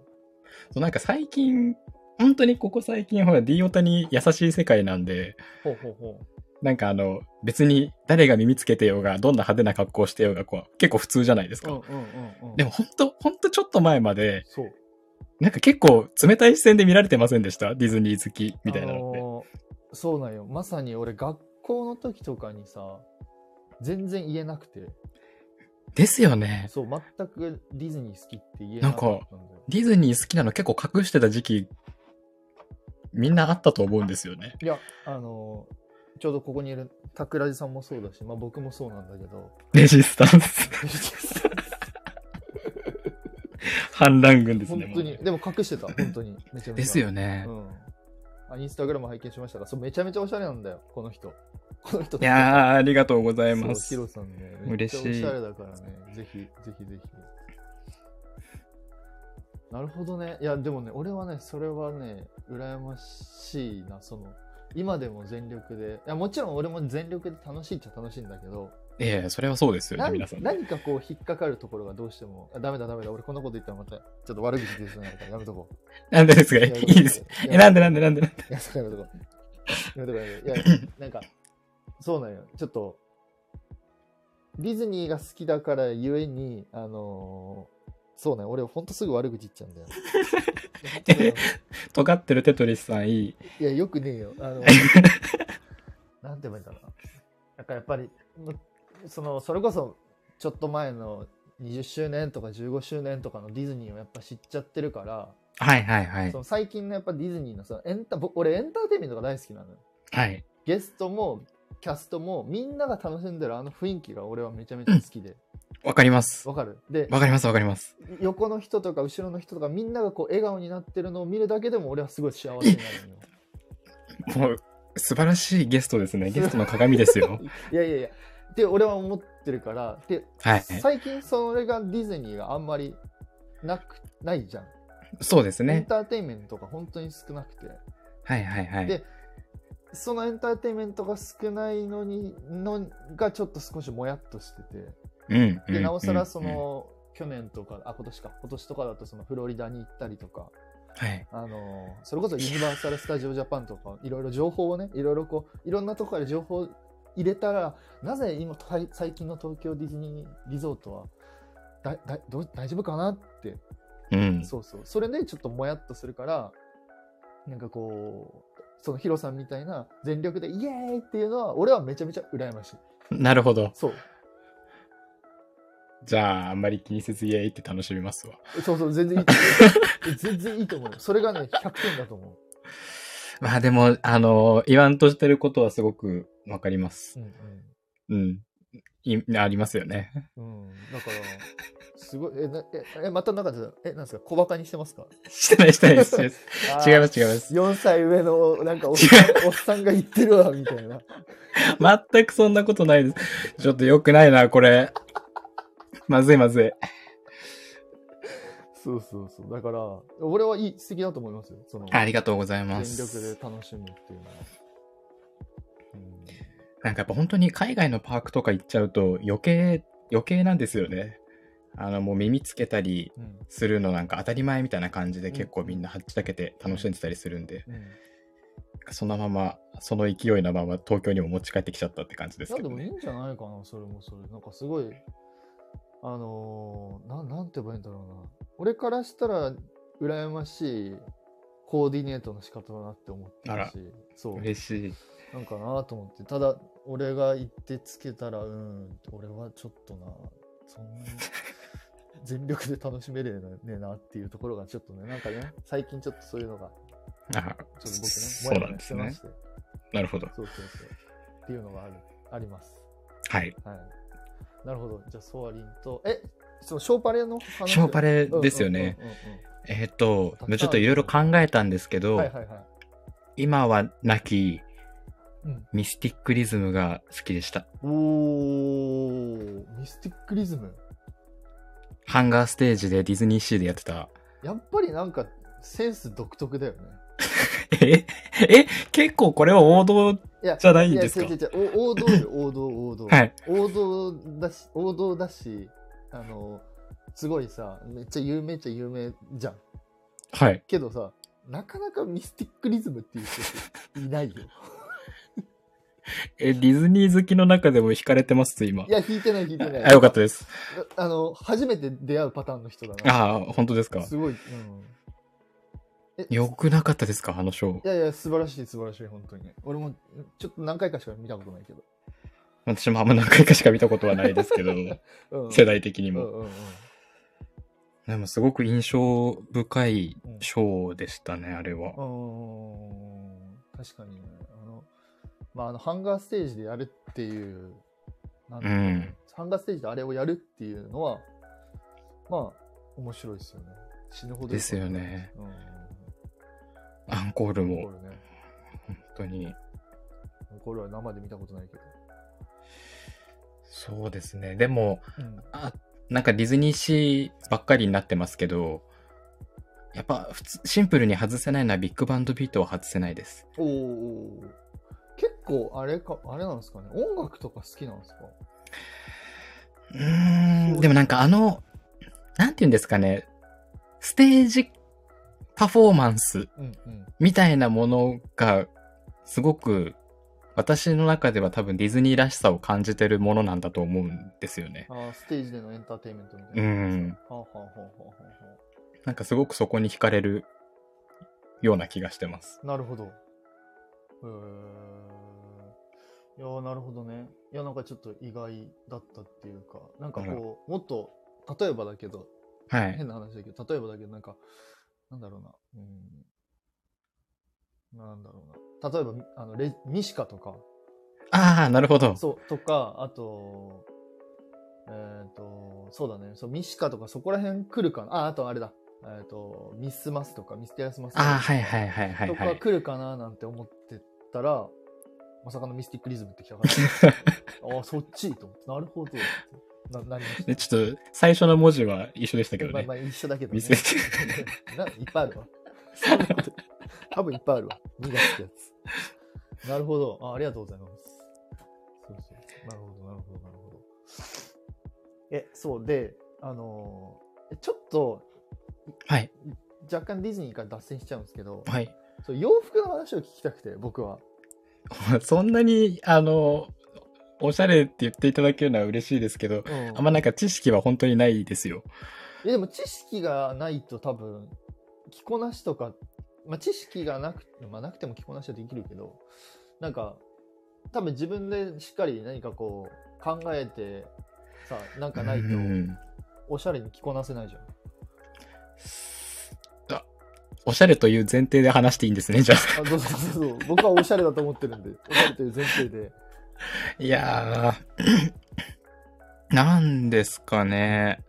Speaker 2: そうなんか最近、本当にここ最近、ほら、D オタに優しい世界なんで、
Speaker 1: ほうほうほ
Speaker 2: なんかあの、別に誰が耳つけてようが、どんな派手な格好してようが、こう、結構普通じゃないです
Speaker 1: う。
Speaker 2: か。
Speaker 1: うんうんうん。
Speaker 2: でも、本当本当ちょっと前まで、
Speaker 1: そう。
Speaker 2: なんか結構冷たい視線で見られてませんでしたディズニー好きみたいなのって。
Speaker 1: あのーそうなんよ。まさに俺、学校の時とかにさ、全然言えなくて、
Speaker 2: ですよね。
Speaker 1: そう、全くディズニー好きって言えなかったんだよ。
Speaker 2: ディズニー好きなの結構隠してた時期、みんなあったと思うんですよね。
Speaker 1: いや、あのーちょうどここにいる桜地さんもそうだし、まあ僕もそうなんだけど、
Speaker 2: レジスタンス。 反乱軍です
Speaker 1: 本
Speaker 2: ね。
Speaker 1: 当
Speaker 2: も
Speaker 1: に、
Speaker 2: う
Speaker 1: でも隠してた、本当に。めちゃめちゃ。
Speaker 2: ですよね。
Speaker 1: うん、あインスタグラム拝見しましたがそうめちゃめちゃおしゃれなんだよこの人この人
Speaker 2: いやー、ありがとうござい
Speaker 1: そう
Speaker 2: ます
Speaker 1: ヒ。ロさんね
Speaker 2: 嬉しい
Speaker 1: めっちゃおしゃれだからねぜひぜひぜひなるほどねいやでもね俺はねそれはね羨ましいなその今でも全力でいやもちろん俺も全力で楽しいっちゃ楽しいんだけど
Speaker 2: いやいや、それはそうですよね、
Speaker 1: 何
Speaker 2: 皆さん。
Speaker 1: 何かこう引っかかるところがどうしてもあダメだダメだ俺こんなこと言ったらまたちょっと悪口ですねやめとこう
Speaker 2: なんでですか
Speaker 1: や
Speaker 2: いいです。え、なんでなんでなんでなん で
Speaker 1: いや、それやめとこう。やめとこうやめとこ ういや、なんか、そうなんよ。ちょっと、ディズニーが好きだからゆえに、あのーそうなんよ。俺、ほんとすぐ悪口言っちゃうんだ よ。いやほんとだよ
Speaker 2: 尖ってるテトリスさんいい。
Speaker 1: いや、よくねえよ。あ の、なんて言えばいいんだろうな。なんかやっぱり、むその、それこそ、ちょっと前の20周年とか15周年とかのディズニーをやっぱ知っちゃってるから、
Speaker 2: はいはいはい
Speaker 1: そ。の最近のやっぱディズニーのさ、エンタ、僕俺エンターテインメントが大好きなのよ。
Speaker 2: はい。
Speaker 1: ゲストもキャストもみんなが楽しんでるあの雰囲気が俺はめちゃめちゃ好きで
Speaker 2: わかります。
Speaker 1: わかるで
Speaker 2: わかりますわかります。
Speaker 1: 横の人とか後ろの人とかみんながこう笑顔になってるのを見るだけでも俺はすごい幸せになる のよ
Speaker 2: もう、素晴らしいゲストですね。ゲストの鏡ですよ。
Speaker 1: いやいやいやって俺は思ってるからで、
Speaker 2: はい。
Speaker 1: 最近それがディズニーがあんまりなくないじゃん、
Speaker 2: そうです
Speaker 1: エン
Speaker 2: ね。
Speaker 1: ターテインメントが本当に少なくて
Speaker 2: はいはいはい。
Speaker 1: でそのエンターテインメントが少ないのにのがちょっと少しもやっとしてて
Speaker 2: うんうん
Speaker 1: でなおさらそ
Speaker 2: うんうん
Speaker 1: の去年とかあ今年か今年とかだとそのフロリダに行ったりとか
Speaker 2: はい。
Speaker 1: あのそれこそユニバーサル・スタジオ・ジャパンとかいろいろ情報をねいろいろこういろんなとこから情報を入れたらなぜ今たい最近の東京ディズニーリゾートはだだどう大丈夫かなって
Speaker 2: うん。
Speaker 1: そうそうそれでちょっともやっとするからなんかこうそのヒロさんみたいな全力でイエーイっていうのは、俺はめちゃめちゃ羨ましい。
Speaker 2: なるほど。
Speaker 1: そう。
Speaker 2: じゃあ、あんまり気にせずイエーイって楽しみますわ。
Speaker 1: そうそう、全然いいと思う。全然いいと思う。それがね、100点だと思
Speaker 2: まあでも、あの、言わんとしてることはすごくわかります
Speaker 1: う。。うん
Speaker 2: うん。いありますよね。
Speaker 1: うん。うん。だから、すごい、え、なええ、またなんかちょっと、え、なんですか、小馬鹿にしてますか
Speaker 2: してない、してない です。違います、違います。
Speaker 1: 4歳上の、なんかおっさん、おっさんが言ってるわ、みたいな。
Speaker 2: 全くそんなことないです。ちょっと良くないな、これ。まずい、まずい。
Speaker 1: そうそうそう。だから、俺はいい、素敵だと思いますよ。その、
Speaker 2: ありがとうございま。
Speaker 1: 全力です楽しむっていうのは。うん
Speaker 2: なんかやっぱ本当に海外のパークとか行っちゃうと余計、余計なんですよね。あの、もう耳つけたり
Speaker 1: うん
Speaker 2: するのなんか当たり前みたいな感じで結構みんなはっちゃけて楽しんでたりするんで、
Speaker 1: うん
Speaker 2: そのまま、その勢いのまま東京にも持ち帰ってきちゃったって感じです
Speaker 1: いや
Speaker 2: け
Speaker 1: で
Speaker 2: ど
Speaker 1: もいい
Speaker 2: ね。
Speaker 1: んじゃないかな、それもそれ。なんかすごい、あのー、なんなんて言えばいいんだろうな。俺からしたら、羨ましいコーディネートの仕方だなって思ってるし、そう、
Speaker 2: 嬉しい。
Speaker 1: なんかなと思って、ただ、俺が言ってつけたら、うん、俺はちょっとな、そん なに全力で楽しめれねえなっていうところがちょっとね、なんかね、最近ちょっとそういうのが、
Speaker 2: あ
Speaker 1: ちょっと僕ね、
Speaker 2: そうなんですね
Speaker 1: モヤモヤしてまして
Speaker 2: なるほど。
Speaker 1: そうそうそう。っていうのがある、あります。
Speaker 2: はい。
Speaker 1: はい。なるほど。じゃあ、ソアリンと、え、そのショーパレの話
Speaker 2: ショーパレですよね。
Speaker 1: うんうんうん
Speaker 2: えっ、
Speaker 1: た
Speaker 2: と
Speaker 1: くさんある、
Speaker 2: ちょっといろいろ考えたんですけ
Speaker 1: うん
Speaker 2: ど、
Speaker 1: はいはいはい。
Speaker 2: 今はなき
Speaker 1: うん
Speaker 2: ミスティックリズムが好きでした。
Speaker 1: おー、ミスティックリズム。
Speaker 2: ハンガーステージでディズニーシーでやってた。
Speaker 1: やっぱりなんか、センス独特だよね。
Speaker 2: え え結構これは王道。
Speaker 1: いや、
Speaker 2: じゃないんですか
Speaker 1: いや違う違う違うお王道 よ、王道、王道。
Speaker 2: はい。
Speaker 1: 王道だし、王道だし、あの、すごいさ、めっちゃ有名っちゃ有名じゃん。
Speaker 2: はい。
Speaker 1: けどさ、なかなかミスティックリズムっていう人い ないよ。
Speaker 2: え、ディズニー好きの中でも惹かれてます、今
Speaker 1: い。や、弾いてない弾いてない。
Speaker 2: あ、よかったです。
Speaker 1: あ の、初めて出会うパターンの人だな。
Speaker 2: ああ、本当ですか。
Speaker 1: すごい。うん。え
Speaker 2: よくなかったですか、あのショー
Speaker 1: い。やいや、素晴らしい、素晴らしい、本当に。俺も、ちょっと何回かしか見たことないけど。
Speaker 2: 私もあんま何回かしか見たことはないですけど、
Speaker 1: うん、
Speaker 2: 世代的に
Speaker 1: う
Speaker 2: も。
Speaker 1: んうんうん。
Speaker 2: でもすごく印象深いショーでしたね、あれ
Speaker 1: う
Speaker 2: は。
Speaker 1: ん確かにね。あの、まあ、あの、ハンガーステージでやるっていう、なんだ
Speaker 2: う
Speaker 1: ろう、
Speaker 2: ん。
Speaker 1: ハンガーステージであれをやるっていうのは、まあ、面白いですよね。死ぬほど。
Speaker 2: ですよね。
Speaker 1: うんうん
Speaker 2: アンコール
Speaker 1: うん。
Speaker 2: も
Speaker 1: これね。
Speaker 2: 本当に。
Speaker 1: これは生で見たことないけど。
Speaker 2: そうですね。でも、
Speaker 1: うん
Speaker 2: あ、なんかディズニーシーばっかりになってますけど、やっぱ普通、シンプルに外せないのはビッグバンドビートは外せないです。
Speaker 1: おお結構あれかあれなんですかね音楽とか好きなんですか
Speaker 2: うーん、でもなんかあの、なんて言うんですかね、ステージパフォーマンス
Speaker 1: うんうん
Speaker 2: みたいなものが、すごく、私の中では多分ディズニーらしさを感じてるものなんだと思うんですよね。
Speaker 1: あーステージでのエンターテインメントみたいうな、
Speaker 2: ん。
Speaker 1: はあ、はあはあはあは
Speaker 2: なんかすごくそこに惹かれるような気がしてます。
Speaker 1: あなるほどへえいやーなるほどねいやなんかちょっと意外だったっていうかなんか
Speaker 2: あら
Speaker 1: こうもっと例えばだけど
Speaker 2: はい。
Speaker 1: 変な話だけど例えばだけどなんかなんだろうなうんなんだろうな例えばあのレミシカとか
Speaker 2: ああ、なるほど。
Speaker 1: そう、とか、あと、えっ、と、そうだね、そう、ミシカとかそこら辺来るかな。あ、あとあれだ。えっ、と、ミスマスとか、ミステリアスマスとか
Speaker 2: ああ、はいはいはいはい
Speaker 1: と
Speaker 2: は
Speaker 1: か
Speaker 2: い。
Speaker 1: 来るかななんて思ってたら、まさかのミスティックリズムって来た から、ああ、そっちと思って、なるほど。な、なりました。
Speaker 2: でちょっと、最初の文字は一緒でしたけど
Speaker 1: まあ
Speaker 2: ね
Speaker 1: ま。あ一緒だけど、ね。
Speaker 2: ミステ ィ
Speaker 1: な、いっぱいあるわ。 そんなこと多分いっぱいあるわ。2月ってやつ。なるほどあ。ありがとうございます。そうそう。なるほど、なるほど、なるほど。え、そうで、あのーえちょっと
Speaker 2: はい。
Speaker 1: 若干ディズニーから脱線しちゃうんですけど、
Speaker 2: はい。
Speaker 1: そう洋服の話を聞きたくて、僕は。
Speaker 2: そんなに、あの、おしゃれって言っていただけるのは嬉しいですけど、
Speaker 1: うん
Speaker 2: あんまなんか知識は本当にないですよ。
Speaker 1: いやでも知識がないと多分着こなしとかまあ、知識がなく、まあ、なくても着こなしはできるけど、なんか、多分自分でしっかり何かこう、考えて、さ、なんかないと
Speaker 2: う、ん
Speaker 1: おしゃれに着こなせないじゃん。
Speaker 2: あおしゃれという前提で話していいんですね、じゃあ。
Speaker 1: あ、そうそうそうそう。僕はおしゃれだと思ってるんで、おしゃれという前提で。
Speaker 2: いやー、 なんですかね。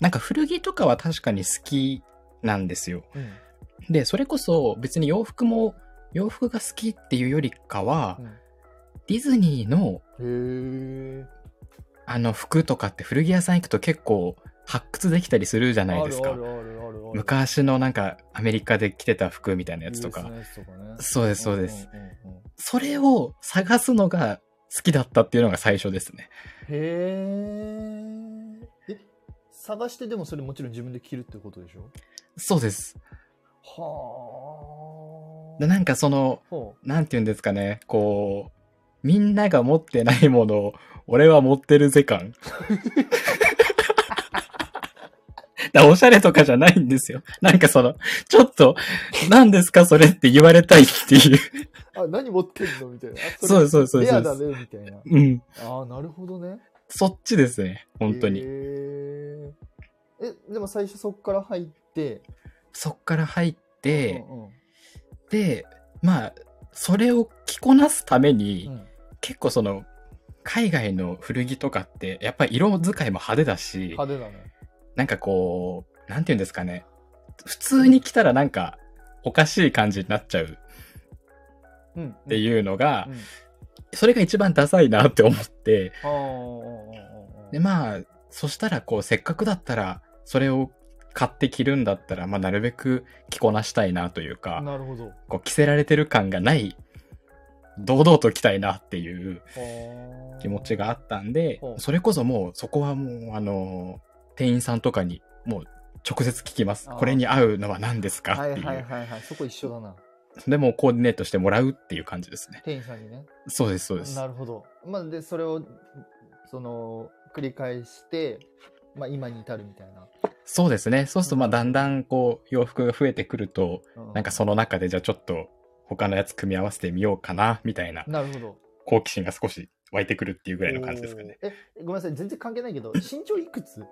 Speaker 2: なんか古着とかは確かに好きなんですよ。
Speaker 1: うん。
Speaker 2: で、それこそ別に洋服も、洋服が好きっていうよりかは、ディズニーの
Speaker 1: うん、へえ。
Speaker 2: あの服とかって古着屋さん行くと結構発掘できたりするじゃない
Speaker 1: あ
Speaker 2: です
Speaker 1: るあ
Speaker 2: か
Speaker 1: る。あるあるある。
Speaker 2: 昔のなんかアメリカで着てた服みたいなやつと
Speaker 1: ユー
Speaker 2: か。
Speaker 1: スのやつとかね
Speaker 2: そうです、そうです。。
Speaker 1: んうんうんうん
Speaker 2: それを探すのが好きだったっていうのが最初ですね。
Speaker 1: へえ。え、探してでもそれもちろん自分で着るってことでしょ
Speaker 2: そうです。
Speaker 1: は
Speaker 2: でなんかその、
Speaker 1: ほ
Speaker 2: なんて言うんですかね、こう、みんなが持ってないものを、俺は持ってるぜ感。 だおしゃれとかじゃないんですよ。なんかその、ちょっと、何ですかそれって言われたい っていう。
Speaker 1: うあ、何持ってんのみたいな。あ
Speaker 2: そうですそうですそう
Speaker 1: れ
Speaker 2: で
Speaker 1: レ
Speaker 2: す
Speaker 1: アだね、みたいな。
Speaker 2: うん。
Speaker 1: ああ、なるほどね。
Speaker 2: そっちですね。本当に。
Speaker 1: へえ。え、でも最初そこから入って、
Speaker 2: そっから入って、
Speaker 1: うんうん
Speaker 2: で、まあ、それを着こなすために、
Speaker 1: うん
Speaker 2: 結構その、海外の古着とかって、やっぱり色使いも派手だし、
Speaker 1: 派手だね。
Speaker 2: なんかこう、なんて言うんですかね。普通に来たらなんか、おかしい感じになっちゃうっ
Speaker 1: うん。ってう
Speaker 2: いうのが、
Speaker 1: ん。
Speaker 2: それが一番ダサいなって思って、
Speaker 1: ああ。
Speaker 2: で、まあ、そしたらこう、せっかくだったら、それを買って着るんだったら、まあ、なるべく着こなしたいなというか、
Speaker 1: なるほど。は
Speaker 2: こう、着せられてる感がない、堂々と着たいなっていう
Speaker 1: ー
Speaker 2: 気持ちがあったんで
Speaker 1: ほ、う
Speaker 2: それこそもう、そこはもう、あの、店員さんとかに、もう、直接聞きます。
Speaker 1: あー
Speaker 2: これに合うのは何ですかっ
Speaker 1: は
Speaker 2: ていう。
Speaker 1: いはいはいはい。そこ一緒だな。
Speaker 2: でもうコーディネートしてもらうっていう感じですね。
Speaker 1: 店員さんにね。
Speaker 2: そうです、そうです
Speaker 1: な。るほど。まあ、で、それを、その、繰り返して、まあ、今に至るみたいな。
Speaker 2: そうですね。そうすると、まあ、だんだんこう、洋服が増えてくると、
Speaker 1: う
Speaker 2: なんかその中で、じゃあちょっと、他のやつ組み合わせてみようかな、みたいな、
Speaker 1: なるほど。
Speaker 2: 好奇心が少し湧いてくるっていうぐらいの感じですかね。
Speaker 1: おー。え、ごめんなさい、全然関係ないけど、身長いくつ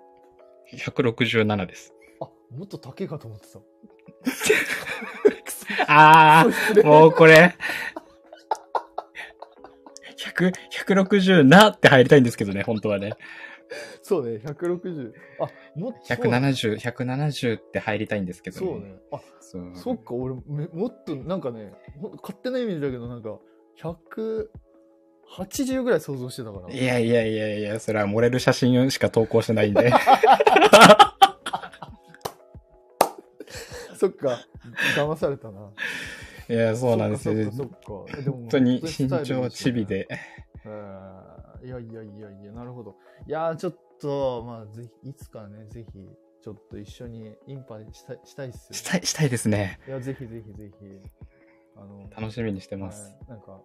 Speaker 2: 167です。
Speaker 1: あ、もっと高いかと思ってた。くそ
Speaker 2: あ
Speaker 1: 失礼
Speaker 2: あ、もうこれ。100、160なって入りたいんですけどね、本当はね。
Speaker 1: そうね、160。あ、もっと。
Speaker 2: 170、170って入りたいんですけどね。
Speaker 1: そうね。あ、
Speaker 2: そう
Speaker 1: そっか、俺め、もっと、なんかね、ほん勝手なイメージだけど、なんか、180ぐらい想像してたから。
Speaker 2: いやいやいやいや、それは漏れる写真しか投稿してないんで。
Speaker 1: そっか、騙されたな。
Speaker 2: いや、そうなんですよ。
Speaker 1: そっかそ
Speaker 2: 本
Speaker 1: っかそっか。えでも
Speaker 2: 当に
Speaker 1: ス
Speaker 2: 身
Speaker 1: タイルいい
Speaker 2: 長
Speaker 1: です
Speaker 2: ち
Speaker 1: よね
Speaker 2: び。で。
Speaker 1: えーいやいやいやいや、なるほど。いやー、ちょっと、まあ、ぜひ、いつかね、ぜひ、ちょっと一緒にインパしたいしたいっすよ、ね。
Speaker 2: したい、したいですね。
Speaker 1: いや、ぜひぜひぜひ。あの、
Speaker 2: 楽しみにしてます。
Speaker 1: はい、なんか、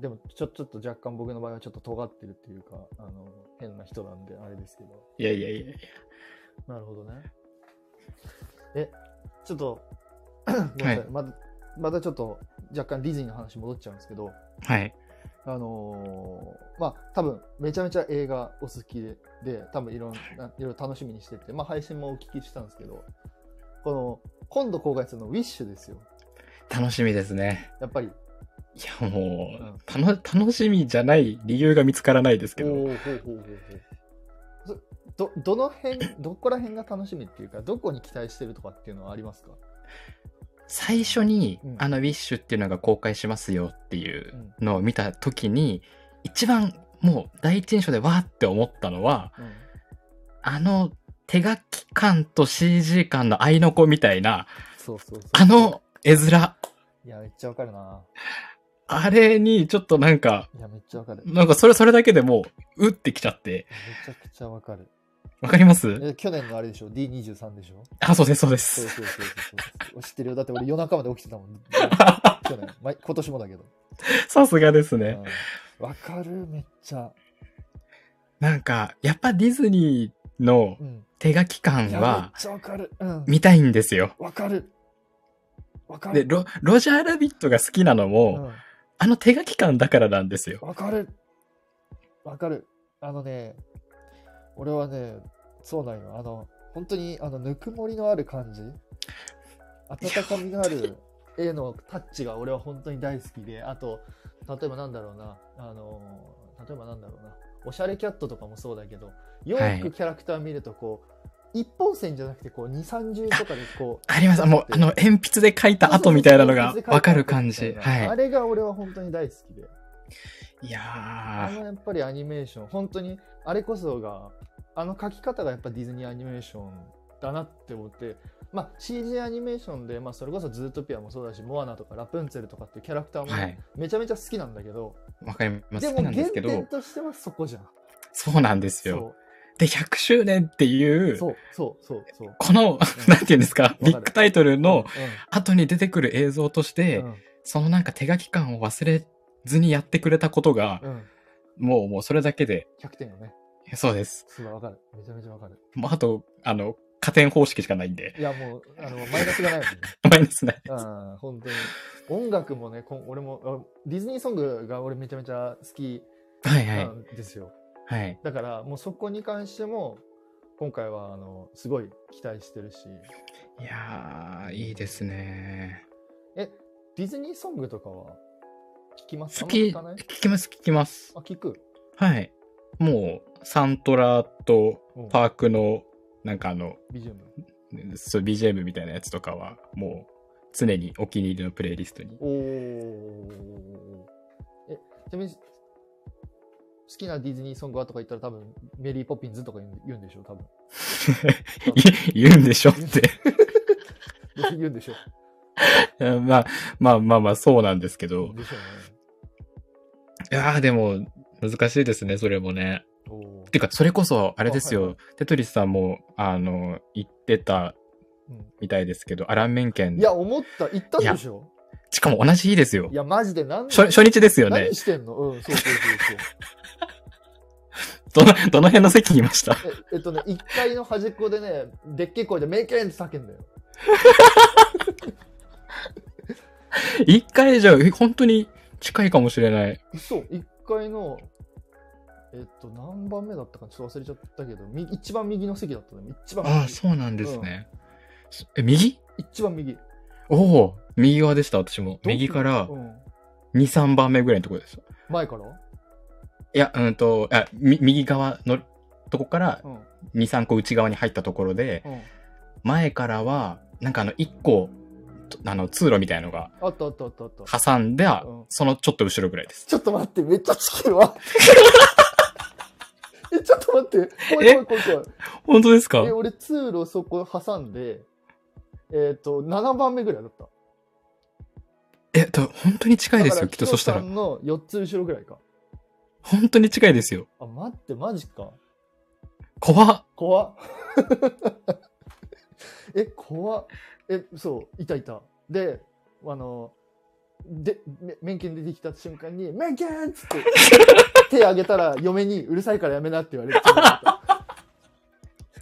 Speaker 1: でもちょ、ちょっと若干僕の場合はちょっと尖ってるっていうか、あの、変な人なんで、あれですけど。
Speaker 2: いやいやいやいや。
Speaker 1: なるほどね。え、ちょっと、 ごめんなさい。
Speaker 2: はい
Speaker 1: また、またちょっと、若干ディズニーの話戻っちゃうんですけど、
Speaker 2: はい。
Speaker 1: あのーまあ、多分、めちゃめちゃ映画お好きで、で多分いろんな、いろいろ楽しみにしてて、まあ、配信もお聞きしたんですけど、この、今度公開するの、ウィッシュですよ。
Speaker 2: 楽しみですね。
Speaker 1: やっぱり、
Speaker 2: いや、もう、たの、楽しみじゃない理由が見つからないですけど。
Speaker 1: おーほうほうほうほうどどの辺どこら辺が楽しみっていうかどこに期待してるとかっていうのはありますか、
Speaker 2: 最初に
Speaker 1: う、ん
Speaker 2: あの、ウィッシュっていうのが公開しますよっていう
Speaker 1: うん
Speaker 2: のを見た時に、一番、もう、第一印象でわーって思ったのは、
Speaker 1: うん、
Speaker 2: あの、手書き感と CG 感の合いの子みたいな、
Speaker 1: そうそうそう
Speaker 2: あの絵面、
Speaker 1: いやめっちゃわかるな
Speaker 2: あれにちょっとなんか、
Speaker 1: いやめっちゃわかるめ
Speaker 2: なんかそれ、それだけでもう、うってきちゃって。
Speaker 1: ちゃくちゃわかる
Speaker 2: わかります
Speaker 1: え去年のあれでしょ D23 でしょ
Speaker 2: あ、そうです、そうで
Speaker 1: そう
Speaker 2: す。
Speaker 1: そうそうそう知ってるよだって俺夜中まで起きてたも ん去年ま今年もだけど
Speaker 2: さすがです
Speaker 1: う
Speaker 2: ね
Speaker 1: ん。わ、かるめっちゃ、
Speaker 2: なんか、やっぱディズニーの
Speaker 1: うん、
Speaker 2: 手書き感
Speaker 1: いやめっ
Speaker 2: は
Speaker 1: ちゃわかるうん
Speaker 2: 見たいんですよ。
Speaker 1: わかるわか
Speaker 2: で、
Speaker 1: る。
Speaker 2: ロ、ロジャーラビットが好きなのも、
Speaker 1: うん
Speaker 2: あの手書き感だからなんですよ。
Speaker 1: わかる。わかる。あのね、俺はね、そうなんよ。あの、本当に、あの、ぬくもりのある感じ、温かみのある絵のタッチが俺は本当に大好きで、あと、例えばなんだろうな、あの、例えばなんだろうな、おしゃれキャットとかもそうだけど、よ
Speaker 2: はい
Speaker 1: くキャラクター見ると、こう、一本線じゃなくて、こう、二、三重とかで、こう、
Speaker 2: あります。もう、あの、鉛筆で書いた後みたいなのがわかる感じ。
Speaker 1: あ
Speaker 2: は
Speaker 1: れが俺は本当に大好きで。
Speaker 2: い。い
Speaker 1: あ
Speaker 2: や
Speaker 1: のやっぱりアニメーション、本当にあれこそが、あの描き方がやっぱディズニーアニメーションだなって思って、まあ、CG アニメーションで、まあ、それこそズートピアもそうだし、モアナとかラプンツェルとかっていうキャラクター
Speaker 2: ー。は
Speaker 1: も
Speaker 2: い。
Speaker 1: めちゃめちゃ好きなんだけど、
Speaker 2: わかります。
Speaker 1: で
Speaker 2: 好
Speaker 1: も
Speaker 2: きなんで
Speaker 1: 原
Speaker 2: すけ
Speaker 1: 点
Speaker 2: ど、
Speaker 1: としてはそこじゃん。
Speaker 2: そうなんですよ。
Speaker 1: そ
Speaker 2: で、100周年っていうう、
Speaker 1: そうそうそうそう。
Speaker 2: この、
Speaker 1: ん
Speaker 2: なんて言うんですか、ビッグタイトルの
Speaker 1: う
Speaker 2: 後に出てくる映像とし
Speaker 1: ん
Speaker 2: て、
Speaker 1: うん
Speaker 2: そのなんか手書き感を忘れずにやってくれたことが、
Speaker 1: うん、
Speaker 2: もう、もうそれだけで、
Speaker 1: 100点よね。
Speaker 2: そうです。
Speaker 1: すごいわかる。めちゃめちゃわかる。
Speaker 2: もうあと、あの、加点方式しかないんで、
Speaker 1: いやもう、あのマイナスがないもんね。
Speaker 2: マイナスない。
Speaker 1: ああ、本当に。音楽もね、こん俺も、あディズニーソングが俺めちゃめちゃ好き
Speaker 2: はいは。
Speaker 1: ないんですよ。
Speaker 2: はい。
Speaker 1: だから、もうそこに関しても、今回は、あの、すごい期待してるし、
Speaker 2: いやー、いいですね。
Speaker 1: え、ディズニーソングとかは聞きます
Speaker 2: 好き、
Speaker 1: あんま聞かな
Speaker 2: 聞
Speaker 1: い
Speaker 2: きます、聞きます
Speaker 1: あ、。聞く。
Speaker 2: はい。もう、サントラと
Speaker 1: うん
Speaker 2: パークの、なんかあの、
Speaker 1: ビジュム。
Speaker 2: そう BGM みたいなやつとかは、もう、常にお気に入りのプレイリス トに。
Speaker 1: おー。え、ちなみに、好きなディズニーソングはとか言ったら多分、メリーポピンズとか言うん言うんでしょ、多分。
Speaker 2: い言うんでしょって。
Speaker 1: 言うんでしょ。
Speaker 2: まあ、まあまあまあ、そうなんですけ ど。
Speaker 1: でしょ
Speaker 2: いやー、でも、難しいですね、それもね。
Speaker 1: うね。おー
Speaker 2: てか、それこそ、あれです
Speaker 1: あ
Speaker 2: よ、
Speaker 1: はいは
Speaker 2: テトリスさんも、あの、言ってた
Speaker 1: うん
Speaker 2: みたいですけど、アラン・メンケン
Speaker 1: い。や、思った、言ったんでしょ
Speaker 2: しかも同じ日ですよ
Speaker 1: い。や、マジで何
Speaker 2: 初初日ですよね
Speaker 1: 何。してんのうん、そうそう
Speaker 2: どの、どの辺の席にいました
Speaker 1: そうそう。ええっとね、1階の端っこでね、でっけえ声で、メイケンって叫んだよ。
Speaker 2: 一回じゃ、え本当に近いかもしれない。
Speaker 1: 嘘 ?1 階の、えっと、何番目だったかちょっと忘れちゃったけど、み一番右の席だったのよ。一番
Speaker 2: ああ、
Speaker 1: 右
Speaker 2: そうなんですね。え、右
Speaker 1: 一番右。
Speaker 2: おおう、右側でした、私も。右から
Speaker 1: う、ん
Speaker 2: 2、3番目ぐらいのところです。い
Speaker 1: 前から
Speaker 2: や、うんと、あみ右側のとこから
Speaker 1: うん。うん。
Speaker 2: 2、3個内側に入ったところで、前からは、なんかあの、1個、とあの、通路みたいのが
Speaker 1: あったあったあったあった。
Speaker 2: 挟んで、
Speaker 1: うん
Speaker 2: そのちょっと後ろぐらいです。
Speaker 1: ちょっと待って、めっちゃチキンは。 え、ちょっと待って。怖い怖い怖い怖い。
Speaker 2: 本当ですか
Speaker 1: え、俺通路そこ挟んで、えっ、と、7番目ぐらいだった。
Speaker 2: えっと、本当に近いですよ、きっと。そした
Speaker 1: ヒ
Speaker 2: ら
Speaker 1: ロ。さんの4つ後ろぐらいか。
Speaker 2: 本当に近いですよ。
Speaker 1: あ、待って、マジか。
Speaker 2: 怖っ。
Speaker 1: 怖っ。 え、怖っ。え、そう、いたいた。で、あの、で、め免許出てきた瞬間に、免許っつって、 手あげたら、嫁に、うるさいからやめなって言われて。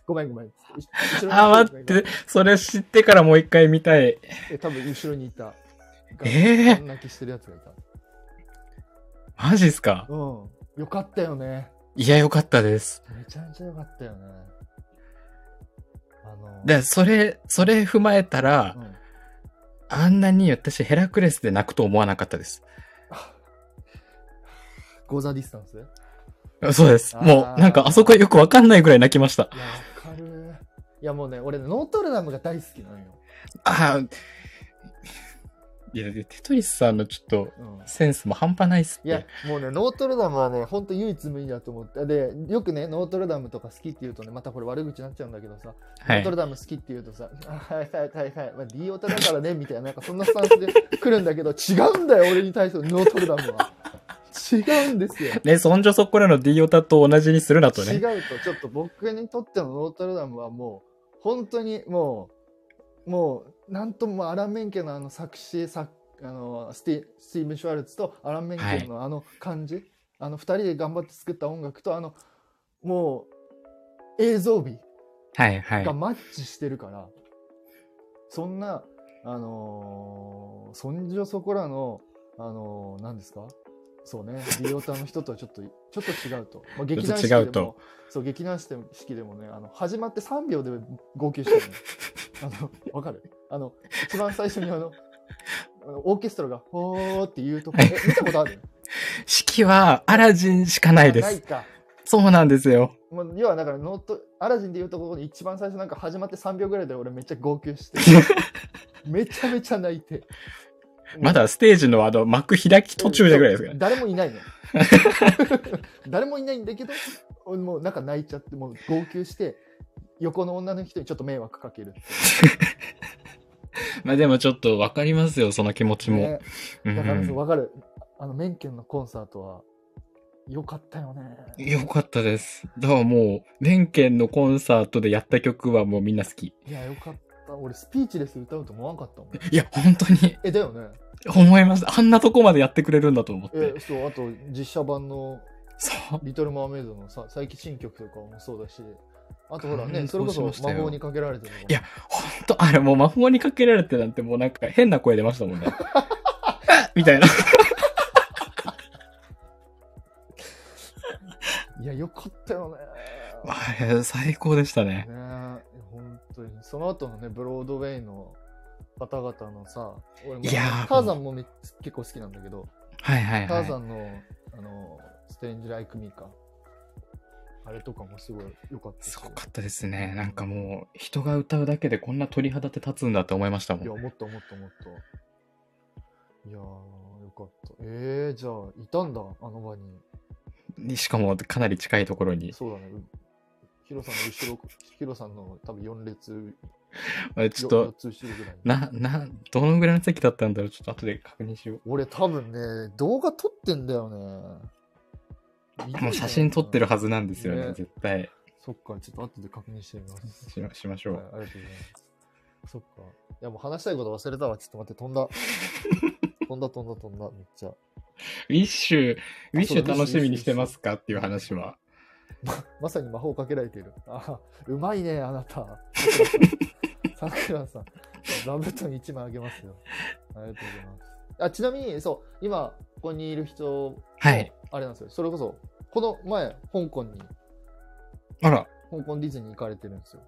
Speaker 1: ごめんごめん。後ろに
Speaker 2: あ、待って。それ知ってからもう一回見たい。
Speaker 1: え、多分後ろにいた。
Speaker 2: えー
Speaker 1: ガン泣きしてるやつがいた。
Speaker 2: マジっすか
Speaker 1: うん。よかったよね。
Speaker 2: いや、よかったです。
Speaker 1: めちゃめちゃよかったよね。あの、
Speaker 2: で、それ、それ踏まえたら
Speaker 1: う、ん
Speaker 2: あんなに私ヘラクレスで泣くと思わなかったです。
Speaker 1: ゴーザディスタンスいや、
Speaker 2: そうです。
Speaker 1: あー
Speaker 2: もう、なんかあそこよくわかんないぐらい泣きました。
Speaker 1: わかる。いや、もうね、俺ね、ノートルダムが大好きなのよ。
Speaker 2: あーいや、でテトリスさんのちょっと
Speaker 1: うん。
Speaker 2: センスも半端ないっすっ
Speaker 1: いや
Speaker 2: て。、
Speaker 1: もうね、ノートルダムはね、ほんと唯一無二だと思って。で、よくね、ノートルダムとか好きって言うとね、またこれ悪口になっちゃうんだけどさ、
Speaker 2: は
Speaker 1: ノート
Speaker 2: い。
Speaker 1: ルダム好きって言うとさ、あはいはいはいはい、まあ、D オタだからね、みたいな、なんかそんなスタンスで来るんだけど、違うんだよ、俺に対するノートルダムは。違うんですよ。
Speaker 2: ね、そんじょそこらの D オタと同じにするなと
Speaker 1: 違う
Speaker 2: ね。
Speaker 1: とちょっと僕にとってのノートルダムはもう本当にもうもうなんともアラン・メンケンのあの作詞作あのスティスティーブン・シュワルツとアラン・メンケンのあの感じ、あの2人で頑張って作った音楽とあのもう映像美
Speaker 2: はいはい
Speaker 1: が。マッチしてるから、そんなあのーそんじょそこらの、あのー何ですかそうね、リオタの人とはちょっと、ちょっと違うと。まあ、劇団四季
Speaker 2: 違う
Speaker 1: でも
Speaker 2: と、
Speaker 1: そう、劇団四季でもね、あの、始まって3秒で号泣してるの。あの、わかるあの、一番最初にあの、あのオーケストラが、ほーって言うとこ、え、見たことある
Speaker 2: 式はアラジンしかないで
Speaker 1: ない
Speaker 2: す。
Speaker 1: か。
Speaker 2: そうなんですよ。
Speaker 1: もう要はだからノートアラジンで言うところに一番最初なんか始まって3秒ぐらいで俺めっちゃ号泣して めちゃめちゃ泣いて
Speaker 2: まだステージのあの幕開き途中でぐらいですか
Speaker 1: そう
Speaker 2: ら。
Speaker 1: 誰もいないの 誰もいないんだけど俺もうなんか泣いちゃってもう号泣して横の女の人にちょっと迷惑かける、
Speaker 2: まあでもちょっとわかりますよ、その気持ちも。
Speaker 1: ね
Speaker 2: う
Speaker 1: だからそうわ
Speaker 2: ん。
Speaker 1: かるあのメンケンのコンサートは良かったよね
Speaker 2: よかったです。だからもう、メンケンのコンサートでやった曲はもうみんな好き。
Speaker 1: いや良かった俺スピーチレス歌うと思わんかったもん
Speaker 2: いや、本当に
Speaker 1: えだよね
Speaker 2: 思いました。あんなとこまでやってくれるんだと思って
Speaker 1: え。そうあと実写版の
Speaker 2: そう。
Speaker 1: リトル・マーメイドのさ最近新曲とかもそうだし、あとほら
Speaker 2: う
Speaker 1: ね、
Speaker 2: ん
Speaker 1: それこそ
Speaker 2: そうしました
Speaker 1: 魔
Speaker 2: よ
Speaker 1: 法にかけられてるのも
Speaker 2: いや本当あれもう魔法にかけられてなんてもうなんか変な声出ましたもん ね。あみたいな。
Speaker 1: いや、よかったよね。
Speaker 2: あれ、最高でしたね。
Speaker 1: ねえ、本当に。その後のね、ブロードウェイの方々のさ、俺も
Speaker 2: いやー
Speaker 1: ターザンもめっちゃ結構好きなんだけど、
Speaker 2: はいはい
Speaker 1: タ
Speaker 2: は
Speaker 1: ーザ
Speaker 2: い。
Speaker 1: ンの、あの、ステンジ・ライク・ミーか。あれとかもすごい良かったし
Speaker 2: すごかったですね。なんかもう、人が歌うだけでこんな鳥肌って立つんだって思いましたも
Speaker 1: いや、
Speaker 2: ん。
Speaker 1: もっともっともっと。いやー、よかった。えー、じゃあ、いたんだ、あの場に。
Speaker 2: にしかも、かなり近いところに。
Speaker 1: そうだね。うヒロさんの後ろ、ヒロさんの多分4列、
Speaker 2: あれちょっ
Speaker 1: 4
Speaker 2: と、
Speaker 1: つ後ろぐらい。
Speaker 2: な、な、どのぐらいの席だったんだろう。ちょっと後で確認しよ
Speaker 1: 俺多分ね、動画撮ってんだよね。
Speaker 2: う。もう写真撮ってるはずなんですよ
Speaker 1: ね
Speaker 2: ね、絶対。
Speaker 1: そっか、ちょっと後で確認してみます。
Speaker 2: しましましょ
Speaker 1: はい、ありがと
Speaker 2: う。
Speaker 1: うございます。そっか。いや、もう話したいこと忘れたわ。ちょっと待って、飛ん だ。飛んだ、飛んだ、飛んだ。めっちゃ。
Speaker 2: ウィッシュ、ウィッシ
Speaker 1: あそう
Speaker 2: ュ
Speaker 1: だ
Speaker 2: 楽しみにしてますかっていう話は。
Speaker 1: まさに魔法をかけられている。あうまいね、あな た。さくらさん、座布団1枚あげますよ。ありがとうございます。あちなみに、そう、今、ここにいる人、
Speaker 2: はい。
Speaker 1: あれなんですよ。それこそ、この前、香港に、
Speaker 2: あら、
Speaker 1: 香港ディズニー行かれてるんですよ。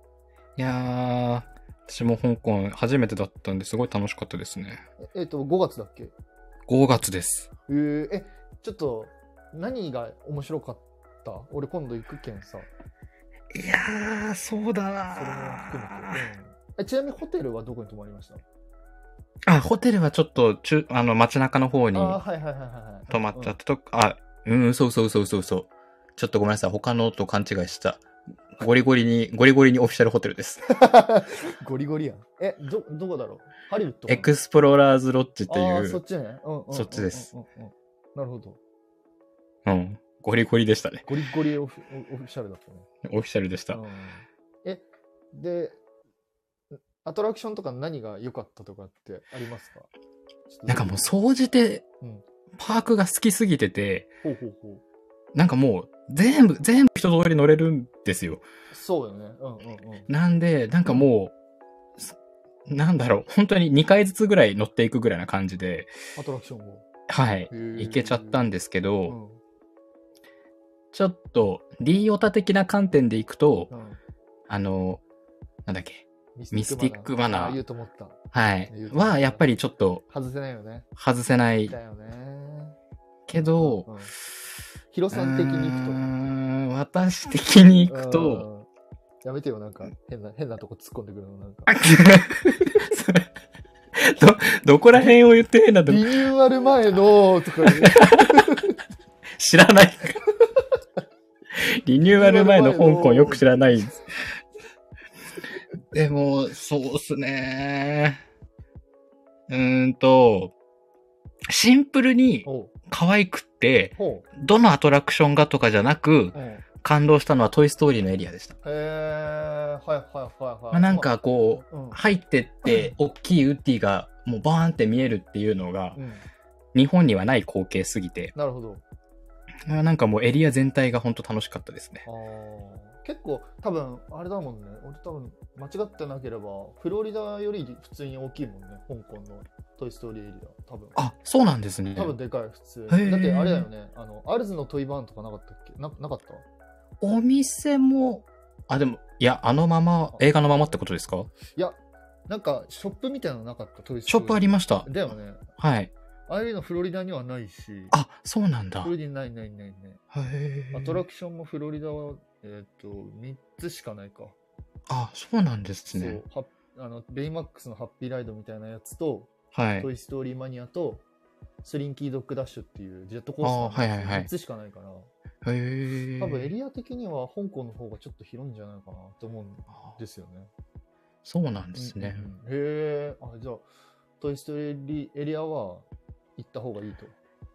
Speaker 2: いやー、私も香港初めてだったんですごい楽しかったですね。
Speaker 1: ええっ、と、5月だっけえ
Speaker 2: 5月です。
Speaker 1: ーえ、ちょっと、何が面白かった俺今度行くけんさ、
Speaker 2: いやー、そうだ
Speaker 1: それも含め
Speaker 2: な
Speaker 1: て。うんえちなみにホテルはどこに泊まりました
Speaker 2: あ、ホテルはちょっと、中、あの、街中の方に
Speaker 1: ああ、はいはいはいはいはい。
Speaker 2: 泊まっちゃ
Speaker 1: う
Speaker 2: っ
Speaker 1: ん
Speaker 2: たと、あ、うん、そうそうそうそうそう。ちょっとごめんなさい。他のと勘違いした。ゴリゴリに、ゴリゴリにオフィシャルホテルです。
Speaker 1: ゴリゴリやん。え、ど、どこだろうハリウッド
Speaker 2: エクスプローラーズロッジって
Speaker 1: あー
Speaker 2: い
Speaker 1: そっ
Speaker 2: う、
Speaker 1: ちね。うんうんうんうんうん
Speaker 2: そっちです
Speaker 1: うんうんなるほど。
Speaker 2: うん、ゴリゴリでしたね。
Speaker 1: ゴリゴリオフオフィシャルだったね。
Speaker 2: オフィシャルでした
Speaker 1: う。んえ、で、アトラクションとか何が良かったとかってありますか
Speaker 2: なんかもう、総じて
Speaker 1: うん、
Speaker 2: パークが好きすぎてて、
Speaker 1: ほうほうほう。
Speaker 2: なんかもう、全部、全部一通り乗れるんですよ。
Speaker 1: そうよね。うんうんうん。
Speaker 2: なんで、なんかもう、すなんだろう、本当に2回ずつぐらい乗っていくぐらいな感じで、
Speaker 1: アトラクションも。
Speaker 2: はい、
Speaker 1: 行
Speaker 2: 行けちゃったんですけど、
Speaker 1: うん
Speaker 2: ちょっと、リーオタ的な観点で行くと
Speaker 1: う、ん
Speaker 2: あの、なんだっけ、
Speaker 1: ミスティックマナー。
Speaker 2: ミスティックマナー
Speaker 1: あー言うと思った。
Speaker 2: はい
Speaker 1: 言う、と思う
Speaker 2: はやっぱりちょっと
Speaker 1: 外せないよね。
Speaker 2: 外せない
Speaker 1: だよね。
Speaker 2: けど、
Speaker 1: うんヒロさん的に行
Speaker 2: うー
Speaker 1: く
Speaker 2: ん私的に
Speaker 1: と。
Speaker 2: 行く と、
Speaker 1: うん、やめてよ、なんか、変な、変なとこ突っ込んでくるの、なんか。
Speaker 2: ど、どこら辺を言って変なんだ
Speaker 1: リニューアル前の、とか言う。
Speaker 2: 知らない。リニューアル前の香港よく知らない。でも、そうっすね。うーんと、シンプルに
Speaker 1: おう
Speaker 2: 可愛くって、
Speaker 1: ほ
Speaker 2: どのアトラクションがとかじゃなく
Speaker 1: う。、うん
Speaker 2: 感動したのはトイストーリーのエリアでした。
Speaker 1: えー、はいはいはいはい。
Speaker 2: まあ、なんかこう、
Speaker 1: うん、
Speaker 2: 入ってって、大きいウッディがもうバーンって見えるっていうのが
Speaker 1: う、ん、
Speaker 2: 日本にはない光景すぎて、
Speaker 1: なるほど。
Speaker 2: あーなんかもうエリア全体が本当楽しかったですね。
Speaker 1: あー結構多分あれだもんね俺多分間違ってなければフロリダより普通に大きいもんね香港のトイ・ストーリーエリア多分
Speaker 2: あ、そうなんですね。
Speaker 1: 多分でかい普通
Speaker 2: へー
Speaker 1: だってあれだよねあのアルズのトイバーンとかなかったっけななかった
Speaker 2: お店も、あ、でも、いや、あのまま、映画のままってことですか
Speaker 1: いやなんかショップみたいなのなかったトイ・ストーリー
Speaker 2: ショップありました。
Speaker 1: だよね
Speaker 2: はい。
Speaker 1: ああいうのフロリダにはないし
Speaker 2: あ、そうなんだ
Speaker 1: フ。ロリダにないないないない
Speaker 2: へ
Speaker 1: アトラ
Speaker 2: ー
Speaker 1: クションもフロリダは、えっと3つしかないか、
Speaker 2: あ、そうなんですね。
Speaker 1: そうはあのベイマックスのハッピーライドみたいなやつと、
Speaker 2: はい
Speaker 1: ト。イ・ストーリーマニアとスリンキードッグダッシュっていうジェットコースターの
Speaker 2: あーはいはいはい
Speaker 1: 3つしかないから、
Speaker 2: へー
Speaker 1: 多分エリア的には香港の方がちょっと広いんじゃないかなと思うん
Speaker 2: あ
Speaker 1: ですよね。
Speaker 2: そうなんですね。
Speaker 1: うんうんへえ、あじゃあトイ・ストーリーエリアは行った方がいいと。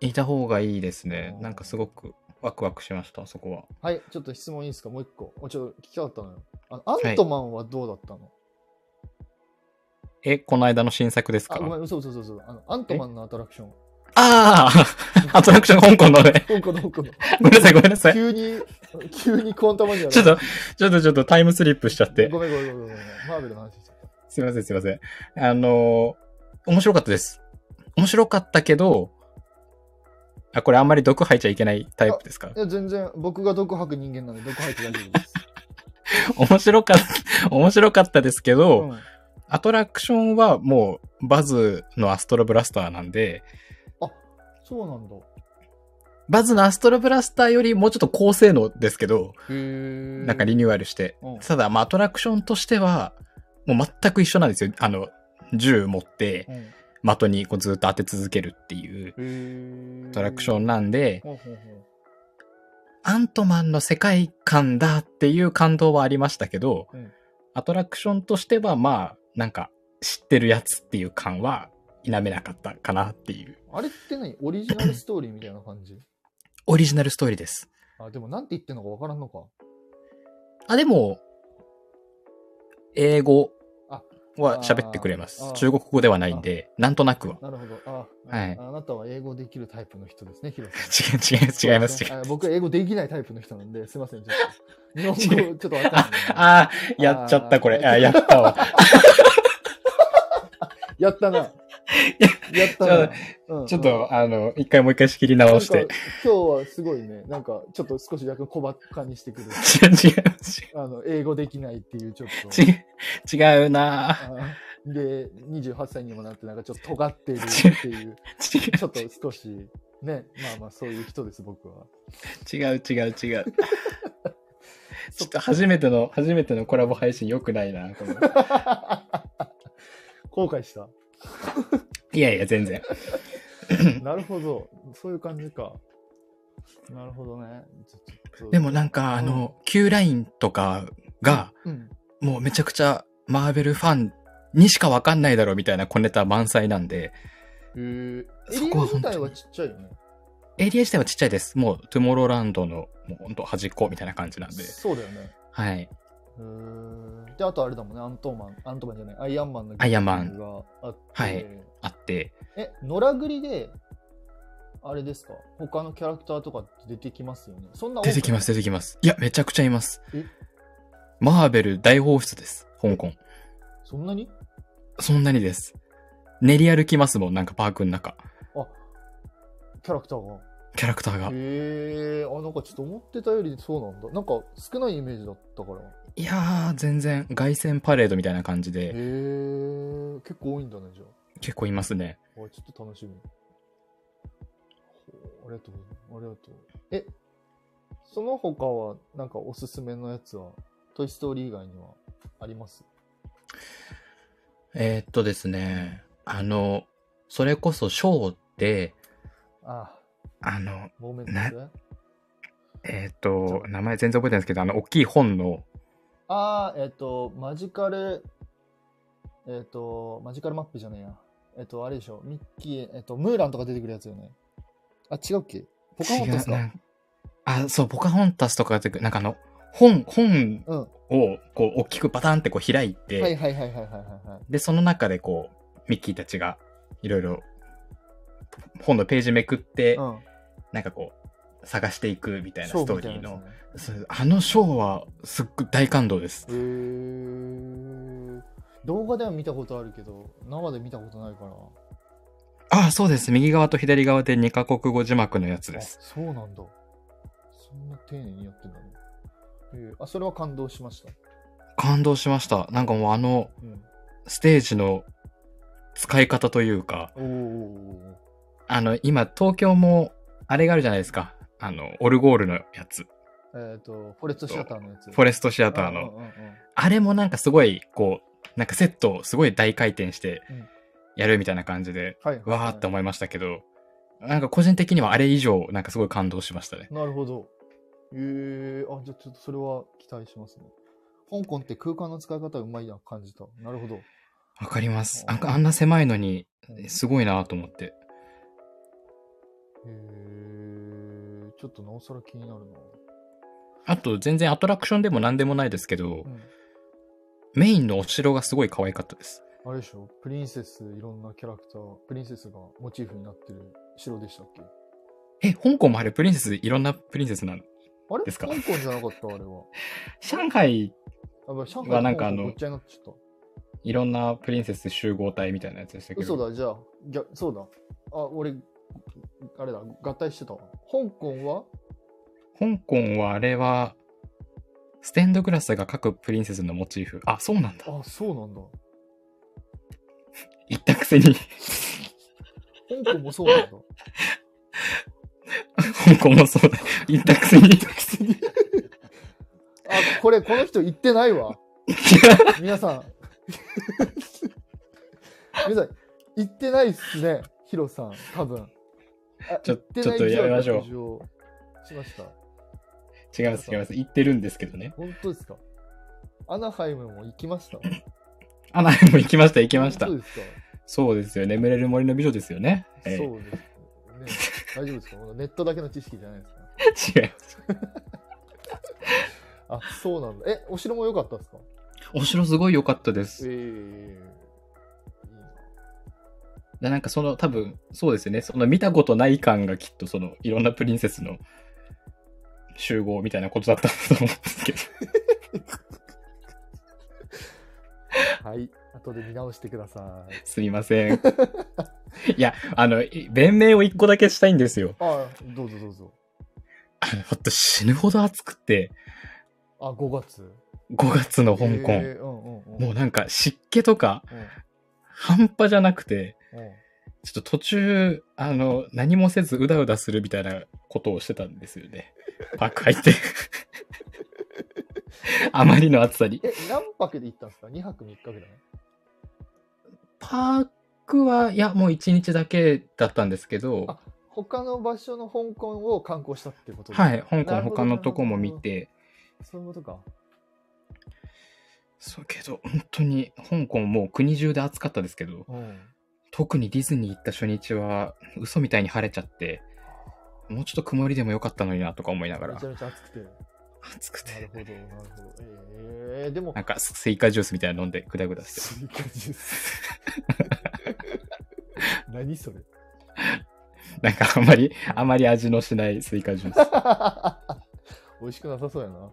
Speaker 2: いた方がいいですね
Speaker 1: あ。ー
Speaker 2: なんかすごくワクワクしました、そこは。
Speaker 1: はい、ちょっと質問いいですかもう一個。おちょっと聞きたかったのよ。あのアントマンはどうだったの、
Speaker 2: え、この間の新作ですか
Speaker 1: あ、ごめん、嘘嘘嘘嘘。あのアントマンのアトラクション。
Speaker 2: ああ アトラクション香港のね。
Speaker 1: 香港の香 港の。
Speaker 2: ごめんなさい、ごめんなさい。
Speaker 1: 急に、急にクォンタマニアだ
Speaker 2: ちょっと、ちょっとちょっとタイムスリップしちゃって。
Speaker 1: ごめんごめんごめんごめん。マーベルの話しちゃった。
Speaker 2: すいません、すいません。あのー面白かったです。面白かったけど、あ、これあんまり毒吐いちゃいけないタイプですか
Speaker 1: いや、全然、僕が毒吐く人間なんで、毒吐いて大丈夫 です。
Speaker 2: 面白か った、面白かったですけど、
Speaker 1: うん
Speaker 2: アトラクションはもうバズのアストロブラスターなんで、
Speaker 1: そうなんだ。
Speaker 2: バズのアストロブラスターよりもうちょっと高性能ですけど、
Speaker 1: へー
Speaker 2: なんかリニューアルして。
Speaker 1: うん
Speaker 2: ただ、まあアトラクションとしては、もう全く一緒なんですよ。あの、銃持って
Speaker 1: うんへ
Speaker 2: 的にこうずっと当て続けるっていう
Speaker 1: ー
Speaker 2: アトラクションなんで、
Speaker 1: ほうほうほ
Speaker 2: アントマンの世界観だっていう感動はありましたけど、
Speaker 1: うん
Speaker 2: アトラクションとしてはまあ、なんか知ってるやつっていう感は否めなかったかなっていう。
Speaker 1: うあれって何オリジナルストーリーみたいな感じ
Speaker 2: オリジナルストーリーです。
Speaker 1: あ、でもなんて言ってんのかわからんのか。
Speaker 2: あ、でも、英語
Speaker 1: あ
Speaker 2: は喋ってくれま
Speaker 1: あーあ
Speaker 2: す。
Speaker 1: ー
Speaker 2: 中国語ではないんで、なんとなくは。
Speaker 1: なるほど。あ、
Speaker 2: はい
Speaker 1: あなたは英語できるタイプの人ですね、ヒロさ
Speaker 2: 違う、違います、
Speaker 1: ん。そう
Speaker 2: 違います。違い
Speaker 1: でね
Speaker 2: ます
Speaker 1: あ僕、英語できないタイプの人なんで、すいません、ちょっと。日本語、ちょっとわかんないな。
Speaker 2: ああ、やっちゃった、これ。あーやったわ。
Speaker 1: やったな。やった
Speaker 2: ちょ
Speaker 1: な
Speaker 2: っ。
Speaker 1: うん
Speaker 2: ちょっ
Speaker 1: うん
Speaker 2: と、あの、一回もう一回仕切り直し
Speaker 1: な
Speaker 2: て
Speaker 1: んか。今日はすごいね、なんかちょっと少し若干小ばっかにして くる。
Speaker 2: 違う、違います。
Speaker 1: あの英語できないっていうちょっと。
Speaker 2: 違う、違うなぁ。
Speaker 1: あで、28歳にもなって、なんかちょっと尖っているっていう、
Speaker 2: 違
Speaker 1: ちょっと少し、 ね、まあまあそういう人です、僕は。
Speaker 2: う違う違う 違うちょっと初めての初めてのコラボ配信よくないなこの
Speaker 1: 後悔した。
Speaker 2: いやいや全然
Speaker 1: なるほど、そういう感じか。なるほどね。ちょちょっと
Speaker 2: でも、なんかあの Q ラインとかが
Speaker 1: うん、
Speaker 2: もうめちゃくちゃマーベルファンにしかわかんないだろうみたいな小ネタ満載なんで
Speaker 1: えー、エ
Speaker 2: そ
Speaker 1: リ
Speaker 2: こ
Speaker 1: ア
Speaker 2: は
Speaker 1: 自
Speaker 2: 本当に
Speaker 1: 体はちっちゃいよね。
Speaker 2: エリア自体はちっちゃいですもうトゥモローランドのもうほんと端っこみたいな感じなんで
Speaker 1: そうだよね。
Speaker 2: はい
Speaker 1: へーで、あとあれだもんね、アントマン、アントマンじゃない、アイアンマンの
Speaker 2: アイアンマン
Speaker 1: があって、
Speaker 2: はいあって
Speaker 1: え、野良繰りで、あれですか、他のキャラクターとかって出てきますよね。そんな多くな
Speaker 2: 出
Speaker 1: い
Speaker 2: てきます。出てきますいやめちゃくちゃいます
Speaker 1: え
Speaker 2: マーベル大放出です香港
Speaker 1: そんなに
Speaker 2: そんなにです。練り歩きますもん、なんかパークの中。
Speaker 1: あキャラクターが。
Speaker 2: キャラクターが。
Speaker 1: へえ、あ、なんかちょっと思ってたよりそうなんだ。なんか少ないイメージだったから。
Speaker 2: いやー、全然、凱旋パレードみたいな感じ
Speaker 1: へえ
Speaker 2: で、、
Speaker 1: 結構多いんだね、じゃ
Speaker 2: 結構いますね。
Speaker 1: あ。あちょっと楽しみ。ほうありがとうございます。ありがとう。え、その他は、なんかおすすめのやつは、トイ・ストーリー以外にはあります
Speaker 2: えーっとですね、あの、それこそ、ショーって、
Speaker 1: あ
Speaker 2: あの、
Speaker 1: あ、モーメントですね。
Speaker 2: えーっと、名前全然覚えてないんですけど、あの、大きい本の、
Speaker 1: ああ、えっ、と、マジカル、えっ、と、マジカルマップじゃねえや。えっ、と、あれでしょ、ミッキー、えっ、と、ムーランとか出てくるやつよね。あ、違うっけポカホンタス
Speaker 2: 違う
Speaker 1: か。
Speaker 2: なんあ、そう、ポカホンタスとかが出てくる、なんかあの、本、本
Speaker 1: うん。は
Speaker 2: を、こう、大きくパターンってこう開いて、
Speaker 1: いはいはいはいはいはいはい。
Speaker 2: で、その中でこう、ミッキーたちが、いろいろ、本のページめくって、
Speaker 1: うん。
Speaker 2: なんかこう、探していくみたいな
Speaker 1: 勝
Speaker 2: スト
Speaker 1: 負
Speaker 2: ー
Speaker 1: み
Speaker 2: リ
Speaker 1: たい
Speaker 2: ー
Speaker 1: なや
Speaker 2: の
Speaker 1: つ、ね
Speaker 2: そうあのショーはすっごい大感動です
Speaker 1: へー動画では見たことあるけど生で見たことないから
Speaker 2: ああそうです右側と左側で2カ国語字幕のやつです
Speaker 1: あそうなんだそんな丁寧にやってんだね、えーあそれは感動しました、
Speaker 2: 感動しましたなんかもうあの
Speaker 1: うん、
Speaker 2: ステージの使い方というか
Speaker 1: おーおー
Speaker 2: あの今東京もあれがあるじゃないですかあのオルゴールのやつ
Speaker 1: おーえっ、とフォレストシアターのやつ
Speaker 2: フォ
Speaker 1: レス
Speaker 2: レストシア
Speaker 1: ト
Speaker 2: ターのあれもなんかすごいこうなんかセットをすごい大回転して
Speaker 1: うん
Speaker 2: やるみたいな感じで、
Speaker 1: はいはいはい
Speaker 2: わーって思いましたけどなんか個人的にはあれ以上なんかすごい感動しましたね
Speaker 1: なるほどえー、あじゃあちょっとそれは期待しますね香港って空間の使い方うまいな感じたなるほど
Speaker 2: わかりますあ
Speaker 1: うん
Speaker 2: あんな狭いのに
Speaker 1: うん
Speaker 2: すごいなと思って
Speaker 1: へーちょっとなおさら気になるな、
Speaker 2: あと全然アトラクションでも何でもないですけど
Speaker 1: うん
Speaker 2: メインのお城がすごい可愛かったです
Speaker 1: あれでしょプリンセスいろんなキャラクタープリンセスがモチーフになってる城でしたっけ
Speaker 2: え香港もあれプリンセスいろんなプリンセスなん
Speaker 1: あれ
Speaker 2: ですか
Speaker 1: 香港じゃなかったあれは
Speaker 2: 上海
Speaker 1: あまあ上海
Speaker 2: は
Speaker 1: と
Speaker 2: なんか
Speaker 1: 香
Speaker 2: あ
Speaker 1: 港
Speaker 2: の
Speaker 1: ごっちゃになっちゃっ
Speaker 2: いろんなプリンセス集合体みたいなやつでした
Speaker 1: た
Speaker 2: けど
Speaker 1: 嘘だじゃあぎゃそうだあ俺あれだ合体してたわ香港は
Speaker 2: 香港はあれはステンドグラスが各プリンセスのモチーフあそうなんだ
Speaker 1: あそうなんだ
Speaker 2: 言ったくせに
Speaker 1: 香港もそうなんだ
Speaker 2: 香港もそうだ言ったくせに
Speaker 1: あこれこの人言ってないわ皆さん皆さん言ってないっすねヒロさん多分あ
Speaker 2: ちょ
Speaker 1: 言てない
Speaker 2: ちょっとやめましょう
Speaker 1: 情報をしました
Speaker 2: 違います違います言ってるんですけどね
Speaker 1: 本当ですかアナハイムも行きました行
Speaker 2: アナハイム行きました行きました
Speaker 1: そうですか、
Speaker 2: そうですよね眠れる森の美女ですよね、え
Speaker 1: そうですね大丈夫ですかまだネットだけの知識じゃないですか
Speaker 2: ー違います
Speaker 1: あそうなんだえお城も良かったですか
Speaker 2: お城すごい良かったです
Speaker 1: ええ
Speaker 2: でなんかその多分そうですよねその見たことない感がきっとそのいろんなプリンセスの集合みたいなことだったんだと思うんですけど
Speaker 1: はい後で見直してください
Speaker 2: すみませんいやあのい弁明を一個だけしたいんですよ
Speaker 1: あどうぞどうぞ
Speaker 2: あのほんと死ぬほど暑くて
Speaker 1: あ5月
Speaker 2: 5月の香港、
Speaker 1: えーうんうんうん
Speaker 2: もうなんか湿気とか
Speaker 1: うん
Speaker 2: 半端じゃなくて
Speaker 1: うん
Speaker 2: ちょっと途中あの何もせずうだうだするみたいなことをしてたんですよねパック入ってあまりの暑さに
Speaker 1: え何泊で行ったんですか2泊3日ぐらい
Speaker 2: パークはいやもう1日だけだったんですけど
Speaker 1: あ他の場所の香港を観光したってことですか
Speaker 2: はい香
Speaker 1: な
Speaker 2: 港
Speaker 1: るほど
Speaker 2: 他のとこも見て
Speaker 1: そういうことか
Speaker 2: そうけど本当に香港もう国中で暑かったですけど
Speaker 1: うん
Speaker 2: 特にディズニー行った初日は嘘みたいに晴れちゃってもうちょっと曇りでもよかったのになとか思いなが
Speaker 1: め
Speaker 2: ら
Speaker 1: ちゃめちゃ暑くて
Speaker 2: 暑く
Speaker 1: なる
Speaker 2: て
Speaker 1: ほど、なるほど。えー、でも
Speaker 2: な、んかスイカジュースみたいなの飲んでグダグダして
Speaker 1: スイカジュース。 何それ
Speaker 2: なんかあんまりあまり味のしないスイカジュース
Speaker 1: 美味しくなさそうやな。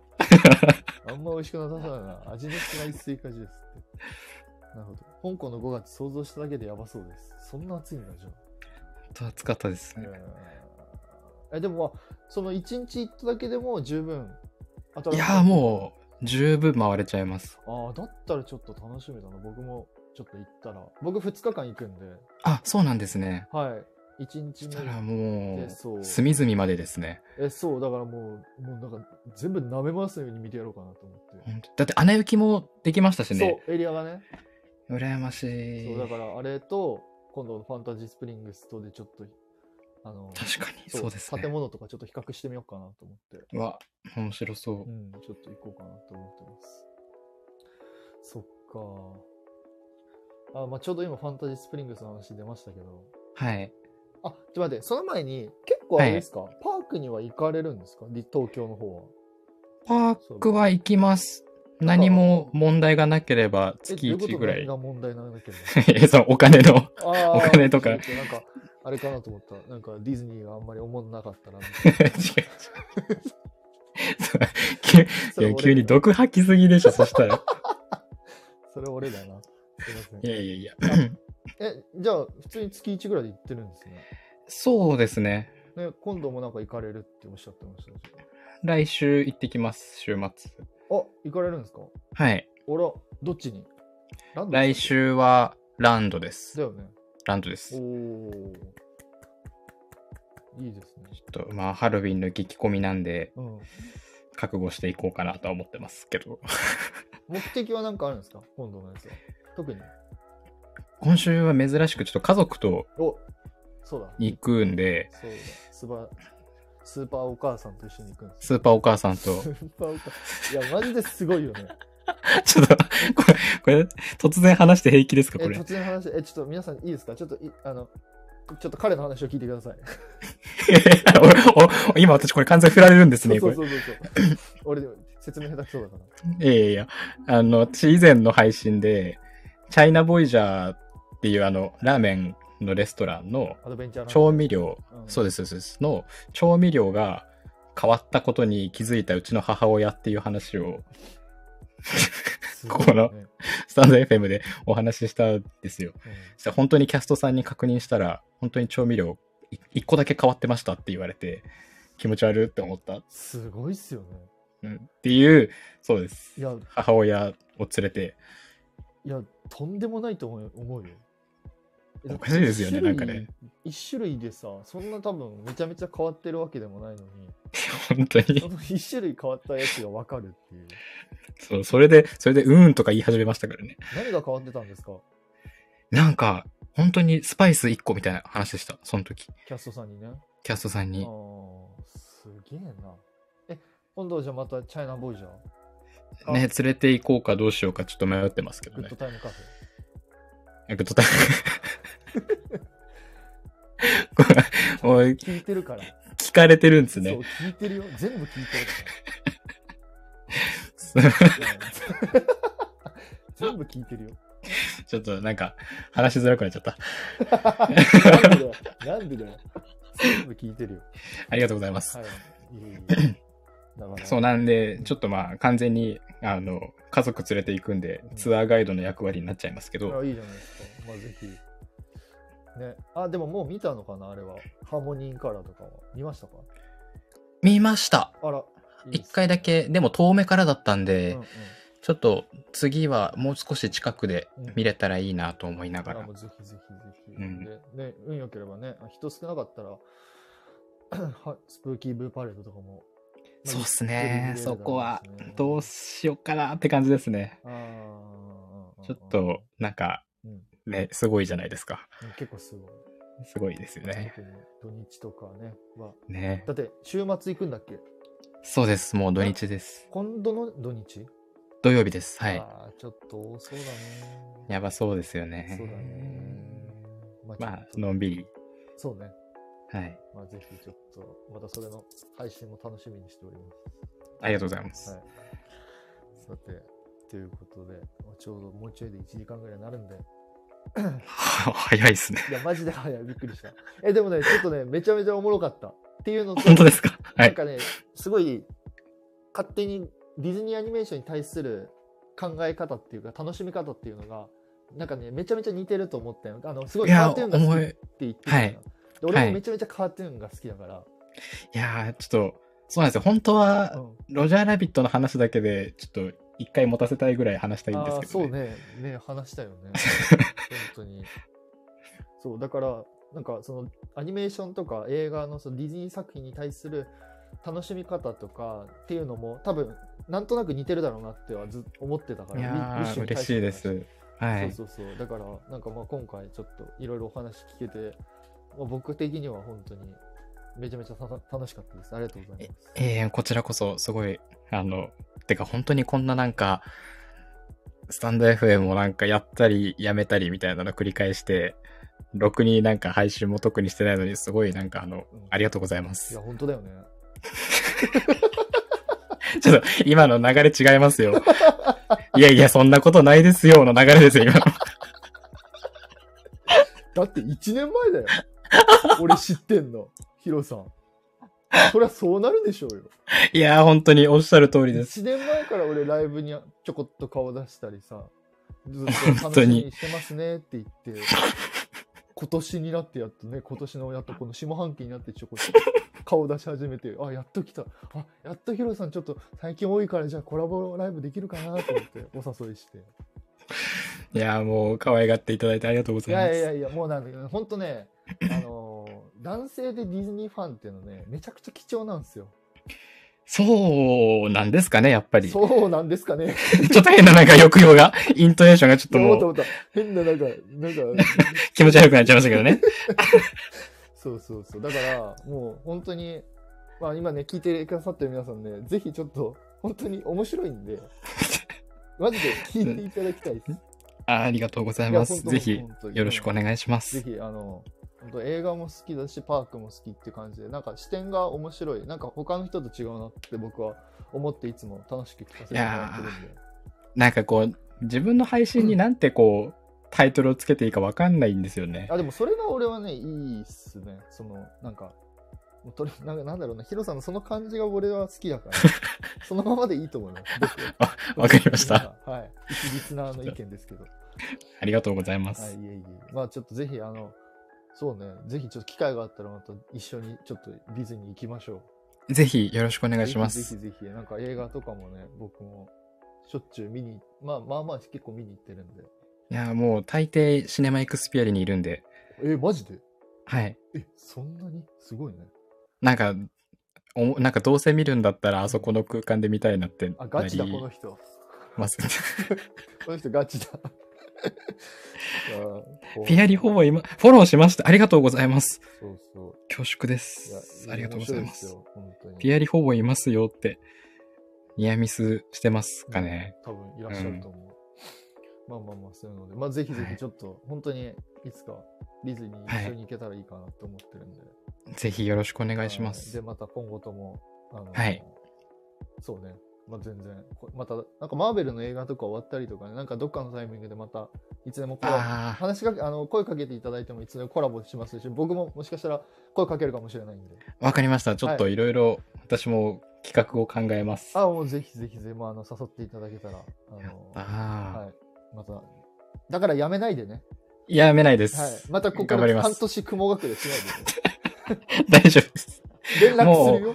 Speaker 1: あんま美味しくなさそうやな。味のしないスイカジュースって。なるほど。香港の5月想像しただけでやばそうです。そんな暑いんだ、じゃあ。
Speaker 2: 本当暑かったですね
Speaker 1: えーえでも、まあその1日行っただけでも十分。
Speaker 2: いやーもう十分回れちゃいます
Speaker 1: う。ああ、だったらちょっと楽しみだな。僕もちょっと行ったら。僕2日間行くんで。
Speaker 2: あそうなんですね
Speaker 1: はい。1日
Speaker 2: し
Speaker 1: 目
Speaker 2: たらも
Speaker 1: でそう
Speaker 2: う隅々までですね
Speaker 1: えそうだからもうもうなんか全部舐め回すように見てやろうかなと思って、
Speaker 2: ほんとだって穴行きもできましたしね
Speaker 1: そうエリアがね、
Speaker 2: 羨ましい
Speaker 1: そうだからあれと今度のファンタジースプリングスとでちょっとあの
Speaker 2: 確かにそうです
Speaker 1: 建
Speaker 2: ね
Speaker 1: 物とかちょっと比較してみようかなと思って、
Speaker 2: うわ面白そう
Speaker 1: う、ん、ちょっと行こうかなと思ってますそっかあ、まあ、ちょうど今ファンタジースプリングスの話出ましたけど
Speaker 2: はい
Speaker 1: あちょっと待ってその前に結構あれですか、パークには行かれるんですかり東京の方は
Speaker 2: パークは行きます
Speaker 1: なんか
Speaker 2: 何も問題がなければ
Speaker 1: え
Speaker 2: 月
Speaker 1: どううこと
Speaker 2: 1ぐらい
Speaker 1: 何が問題なんだけど
Speaker 2: えそのお金の
Speaker 1: あー
Speaker 2: お金とか
Speaker 1: なんかあれかなと思った。なんかディズニーがあんまり思んなかったな。
Speaker 2: 違う違うそう急いや急に毒吐きすぎでしょ、そしたら。
Speaker 1: それ俺だな。すいません
Speaker 2: い。やいやいや。
Speaker 1: え、じゃあ、普通に月1ぐらいで行ってるんですね。
Speaker 2: そうですね。
Speaker 1: ね、今度もなんか行かれるっておっしゃってましたし。
Speaker 2: 来週行ってきます、週末。
Speaker 1: あ、行かれるんですか
Speaker 2: はい。
Speaker 1: あら、どっちにランド
Speaker 2: 来週はランドです
Speaker 1: だ。よね。
Speaker 2: ランドで
Speaker 1: お
Speaker 2: す。ちょ
Speaker 1: ー。いいですね。
Speaker 2: っと、まあ、ハロウィンの激込みなんで、
Speaker 1: うん。
Speaker 2: 覚悟していこうかなとは思ってますけど。
Speaker 1: 目的は何かあるんですか今度のやつは。特に。
Speaker 2: 今週は珍しく、ちょっと家族と
Speaker 1: おそうだ。
Speaker 2: 行くんで、
Speaker 1: そうだ。スーパー、スーパーお母さんと一緒に行くんです。
Speaker 2: スーパーお母さんと
Speaker 1: ス、ーパーお母さん。いや、マジですごいよね。
Speaker 2: ちょっと、これ、これ、突然話して平気ですか、
Speaker 1: え、
Speaker 2: これ
Speaker 1: 突。然話、え、ちょっと皆さんいいですかちょっとい、あの、ちょっと彼の話を聞いてください。
Speaker 2: おおお今私これ完全に振られるんです
Speaker 1: そう
Speaker 2: ね、
Speaker 1: そ
Speaker 2: こ
Speaker 1: うそう
Speaker 2: れ。
Speaker 1: そう。俺、説明下手くそだから。
Speaker 2: いやいやいや。あの、私以前の配信で、チャイナボイジャーっていうあの、ラーメンのレストランの
Speaker 1: アドベンチャーの。
Speaker 2: 調味料、
Speaker 1: うん
Speaker 2: そうです、そうです、の調味料が変わったことに気づいたうちの母親っていう話を、
Speaker 1: す
Speaker 2: ここの
Speaker 1: うん
Speaker 2: スタンド FM でお話ししたんですよ。そしたら本当にキャストさんに確認したら、本当に調味料い一個だけ変わってましたって言われて、気持ち悪いって思った。
Speaker 1: すごいっすよね。
Speaker 2: うん、っていう、そうです
Speaker 1: い。や、
Speaker 2: 母親を連れて、
Speaker 1: いや、とんでもないと思う思うよ。
Speaker 2: おかしいですよね
Speaker 1: だって
Speaker 2: なんかね。
Speaker 1: 一種類一種類でさ、そんな多分めちゃめちゃ変わってるわけでもないのに、
Speaker 2: 本当に
Speaker 1: その一種類変わったやつがわかるっていう。
Speaker 2: そう、それで、それで、うーんとか言い始めましたからね。
Speaker 1: 何が変わってたんですか
Speaker 2: なんか、本当にスパイス1個みたいな話でした、その時。
Speaker 1: キャストさんにね。
Speaker 2: キャストさん
Speaker 1: あ
Speaker 2: に。
Speaker 1: あ、すげえな。え、今度はじゃあまたチャイナボーイじゃん。あ
Speaker 2: ね、連れて行こうかどうしようかちょっと迷ってますけど
Speaker 1: グッ
Speaker 2: ね
Speaker 1: ド。タイムカフェ。
Speaker 2: えグッドタイム。これ、おい、
Speaker 1: 聞いてるから。
Speaker 2: 聞かれてるんです
Speaker 1: そう、
Speaker 2: ね。
Speaker 1: 聞いてるよ。全部聞いてるから。 全部聞いて るよ。
Speaker 2: ちょっとなんか、話しづらくなっちゃった。
Speaker 1: なんでだよ。なんでだよ。全部聞いてるよ。
Speaker 2: ありがとうございます。
Speaker 1: はい。いえいえ。だから
Speaker 2: そうなんで、ちょっとまあ、完全に、あの、家族連れて行くんで、ツアーガイドの役割になっちゃいますけど、
Speaker 1: あいいじゃないですか。まあ、ぜひ。ね。あ、でももう見たのかなあれは。ハーモニーカラーとかは。見ましたか
Speaker 2: 見ました
Speaker 1: あら。いいです
Speaker 2: 一回だ。け、でも遠目からだったん
Speaker 1: うん
Speaker 2: で、
Speaker 1: うん。
Speaker 2: ちょっと次はもう少し近くで見れたらいいなと思いなが
Speaker 1: あ
Speaker 2: ら。
Speaker 1: もうぜひぜひぜひ。
Speaker 2: うん
Speaker 1: で、ね、運良ければね、あ人少なかったら、 はスプーキーブーパレードとかも。まあ
Speaker 2: そうっすね。
Speaker 1: 行
Speaker 2: そ
Speaker 1: ってる
Speaker 2: こは
Speaker 1: 見れるだろ
Speaker 2: ど
Speaker 1: う
Speaker 2: う
Speaker 1: しね
Speaker 2: しようかなって感じですね。
Speaker 1: あー
Speaker 2: ちょっと、なんか
Speaker 1: うん、
Speaker 2: ね、すごいじゃないですか。
Speaker 1: うん結構すごい。
Speaker 2: すごいですよね。
Speaker 1: 特に土日とかね。は
Speaker 2: ね。
Speaker 1: だって、週末行くんだっけ
Speaker 2: そうです。もう土日です。
Speaker 1: 今度の土日
Speaker 2: 土曜日です。はい。
Speaker 1: ああ、ちょっと多そうだね。
Speaker 2: やばそうですよね。
Speaker 1: そうだね。ま
Speaker 2: まあ
Speaker 1: ち、ょっ
Speaker 2: のんびり。
Speaker 1: とそうね。
Speaker 2: はい。
Speaker 1: まあ、ぜひちょっと、またそれの配信も楽しみにしておりま。
Speaker 2: ありがとうございますす
Speaker 1: は。い。さて、ということで、まあちょうどもうちょいで1時間ぐらいになるんで、
Speaker 2: 早いですね。
Speaker 1: いや、マジで早い、びっくりした。え、でもね、ちょっとね、めちゃめちゃおもろかった。っていうのと、
Speaker 2: 本当ですかは
Speaker 1: なん
Speaker 2: い。
Speaker 1: かね、すごい勝手にディズニーアニメーションに対する考え方っていうか楽しみ方っていうのがなんかねめちゃめちゃ似てると思ったよあのすごい
Speaker 2: い
Speaker 1: カ
Speaker 2: や、
Speaker 1: ートゥーンが好
Speaker 2: 思
Speaker 1: きっ
Speaker 2: い、
Speaker 1: て言ってたじゃん
Speaker 2: はい
Speaker 1: で俺
Speaker 2: は
Speaker 1: も
Speaker 2: い
Speaker 1: めちゃめちゃカートゥーンが好きだから、
Speaker 2: いやー、ちょっと、そうなんですよ。本当は
Speaker 1: う、ん
Speaker 2: ロジャーラビットの話だけで、ちょっと一回持たせたいぐらい話したいんです
Speaker 1: あ
Speaker 2: け
Speaker 1: ー
Speaker 2: ど、ね。
Speaker 1: そうねね話したよね 本当にそうだからなんかそのアニメーションとか映画のそのディズニー作品に対する楽しみ方とかっていうのも多分なんとなく似てるだろうなってはずっと思ってたから
Speaker 2: いや
Speaker 1: ミッショ
Speaker 2: ー、
Speaker 1: ンに対て
Speaker 2: 嬉しい
Speaker 1: の
Speaker 2: で
Speaker 1: 話
Speaker 2: す。はい。
Speaker 1: そうそうそうだからなんかまあ今回ちょっといろいろお話聞けて、まあ、僕的には本当にめちゃめちゃたの楽しかったですありがとうございます
Speaker 2: えーこちらこそ、すごい、あの、てか本当にこんななんか、スタンド FM もなんかやったりやめたりみたいなの繰り返して、ろくになんか配信も特にしてないのに、すごいなんかあの
Speaker 1: うん、
Speaker 2: ありがとうございま
Speaker 1: い
Speaker 2: す
Speaker 1: や。本当だよね
Speaker 2: ちょっと今の流れ違いますよ。いやいや、そんなことないですよの流れですよ、今の。
Speaker 1: だって1年前だよ俺知ってんの。ヒロさん。そりゃそうなるでしょうよ。
Speaker 2: いやー、本当におっしゃる通りです。
Speaker 1: 1年前から俺ライブにちょこっと顔出したりさ、ずっと
Speaker 2: 本
Speaker 1: 楽し
Speaker 2: 当
Speaker 1: み
Speaker 2: に
Speaker 1: にしてますねって言って、今年になってやっとね、今年のやっとこの下半期になってちょこっと顔出し始めて、あ、やっと来た。あ、やっとヒロさんちょっと最近多いからじゃあコラボライブできるかなと思ってお誘いして。
Speaker 2: いやー、もう可愛がっていただいてありがとうご
Speaker 1: い
Speaker 2: ざいます。
Speaker 1: やいやいや、もうなんか、ほんとね、あのー 男性でディズニーファンっていうのね、めちゃくちゃ貴重なんですよ。
Speaker 2: そうなんですかね、やっぱり。ち ょ
Speaker 1: そうなんですかね。
Speaker 2: っと変ななんか抑揚が、イントネーションがちょっと
Speaker 1: 思った
Speaker 2: もう
Speaker 1: 思った。変な、なんか、なんか、
Speaker 2: 気持ち悪くなっちゃいましたけどね。
Speaker 1: そうそうそう。だから、もう本当に、まあ今ね、聞いてくださってる皆さんね、ぜひちょっと、本当に面白い んで、マジで聞いていただきたいです。
Speaker 2: あありがとうござい
Speaker 1: いや
Speaker 2: ま
Speaker 1: 本
Speaker 2: す。
Speaker 1: 当
Speaker 2: ぜひ
Speaker 1: 本当、に
Speaker 2: よろしくお願いしま
Speaker 1: ぜ
Speaker 2: す。
Speaker 1: ひ、あの、本当映画も好きだし、パークも好きって感じで、なんか視点が面白い。なんか他の人と違うなって僕は思っていつも楽しく聞かせてもらってるんで。
Speaker 2: なんかこう、自分の配信になんてこう、タイトルをつけていいかわかんないんですよね。
Speaker 1: あ、でもそれが俺はね、いいっすね。その、なんか、もうとりなんかなんだろうな、ヒロさんのその感じが俺は好きだ から、そのままでいいと思います。僕は
Speaker 2: わかりました。。
Speaker 1: はい。一リスナーの意見ですけど。は
Speaker 2: ありがとうございま
Speaker 1: い、
Speaker 2: す。
Speaker 1: いえいえ。まあちょっとぜひ、あの、そうね、ぜひちょっと機会があったらまた一緒にちょっとディズニー行きましょう。
Speaker 2: ぜひ、よろしくお
Speaker 1: お
Speaker 2: 願いしま
Speaker 1: ぜ
Speaker 2: す。
Speaker 1: ひぜひぜひ、なんか映画とかもね、僕もしょっちゅう見に、まあまあまあ結構見に行ってるんで。
Speaker 2: いやー、もう大抵シネマエクスピアリにいるんで、
Speaker 1: え、マジで
Speaker 2: はい。
Speaker 1: え、そんなにすごいね。
Speaker 2: なんか、おもなんかどうせ見るんだったらあそこの空間で見たいなって
Speaker 1: あ、ガ
Speaker 2: な
Speaker 1: チだ、こ
Speaker 2: り
Speaker 1: の人。
Speaker 2: ます。
Speaker 1: この人ガチだ。 あこう
Speaker 2: フェアリーほぼ今、フォローしました。ありがとうございます。
Speaker 1: そうそう。
Speaker 2: 恐縮で
Speaker 1: いや
Speaker 2: す。ありがとうございま。す。
Speaker 1: 面白ですよ本当
Speaker 2: ピ
Speaker 1: に
Speaker 2: アリほぼいますよって、ニアミスしてますかね。
Speaker 1: 多分いらっしゃると思う。まあまあまあ、そういうので、まあぜひぜひちょっと、本当にいつかディズニー一緒に行けたらいいかなと思ってるんで。
Speaker 2: ぜひよろしくお願いしま
Speaker 1: はい
Speaker 2: す
Speaker 1: で、。また今後とも、あの
Speaker 2: はい
Speaker 1: そうね。まあ、全然。こまた、なんかマーベルの映画とか終わったりとかね、なんかどっかのタイミングでまた、いつでもコラボ
Speaker 2: あー
Speaker 1: 話しかけ、あの、声かけていただいてもいつでもコラボしますし、僕ももしかしたら声かけるかもしれないんで。
Speaker 2: わかりました。ちょっといろいろ私も企画を考えます。
Speaker 1: あ、もうぜひぜひぜひ、まあ、あの、誘っていただけたら、あ
Speaker 2: やっ
Speaker 1: の、
Speaker 2: た
Speaker 1: は
Speaker 2: ー。
Speaker 1: い。また、だからやめないでね。
Speaker 2: やめないで
Speaker 1: はい
Speaker 2: す。。
Speaker 1: またここ
Speaker 2: 頑張り
Speaker 1: から
Speaker 2: ます
Speaker 1: 半年雲隠れしない
Speaker 2: 大丈夫です。
Speaker 1: でね。連絡するよ。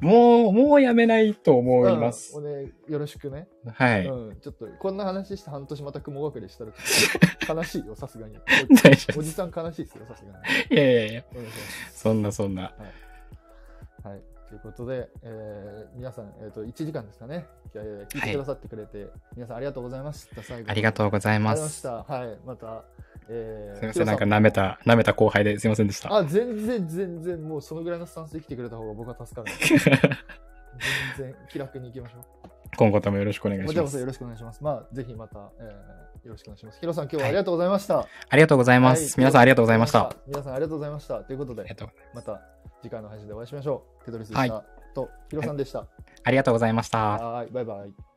Speaker 2: もう、もうやめないと思います
Speaker 1: うん。おね、よろしくね。
Speaker 2: はい。
Speaker 1: うん、ちょっとこんな話して半年また雲隠れしたらちょっと悲しいよ、さすがに。
Speaker 2: 大丈夫
Speaker 1: お
Speaker 2: で
Speaker 1: じ
Speaker 2: す。
Speaker 1: さん悲しいですよ、さすがに。
Speaker 2: いやいやいや、
Speaker 1: お願いします
Speaker 2: そんなそんな。
Speaker 1: はい、ということで、えー皆さん、えー、と1時間ですかね、えー聞いてくださってくれて、皆さんありがとうございました。最後
Speaker 2: ありがとうござい
Speaker 1: あ
Speaker 2: ま
Speaker 1: りがとうご
Speaker 2: す。
Speaker 1: ざいました。はい、また、えー
Speaker 2: すみま
Speaker 1: ヒ
Speaker 2: せ
Speaker 1: ロさ
Speaker 2: ん、なんか舐めた、舐めた後輩ですいませんでした。
Speaker 1: あ、全然、全然、もうそのぐらいのスタンスで来てくれた方が僕は助か る。全然気楽に行きましょう。
Speaker 2: 今後ともよろしくお願い
Speaker 1: こ
Speaker 2: し
Speaker 1: ちら
Speaker 2: ま
Speaker 1: こそよ
Speaker 2: す。
Speaker 1: ろしくお願いします。まあ、ぜひまた、えーよろしくお願いします。ヒロさん、今日はありがとうございました。
Speaker 2: ありがとうございます。皆さんありがとうございました。あ。
Speaker 1: 皆さんありがとうございました。ということ
Speaker 2: りが
Speaker 1: で、
Speaker 2: とう
Speaker 1: また次回の配信でお会いしましょう。テトリスでした。
Speaker 2: は
Speaker 1: と、ヒロさんでした。
Speaker 2: ありがとうございました。
Speaker 1: はーい、バイバイ。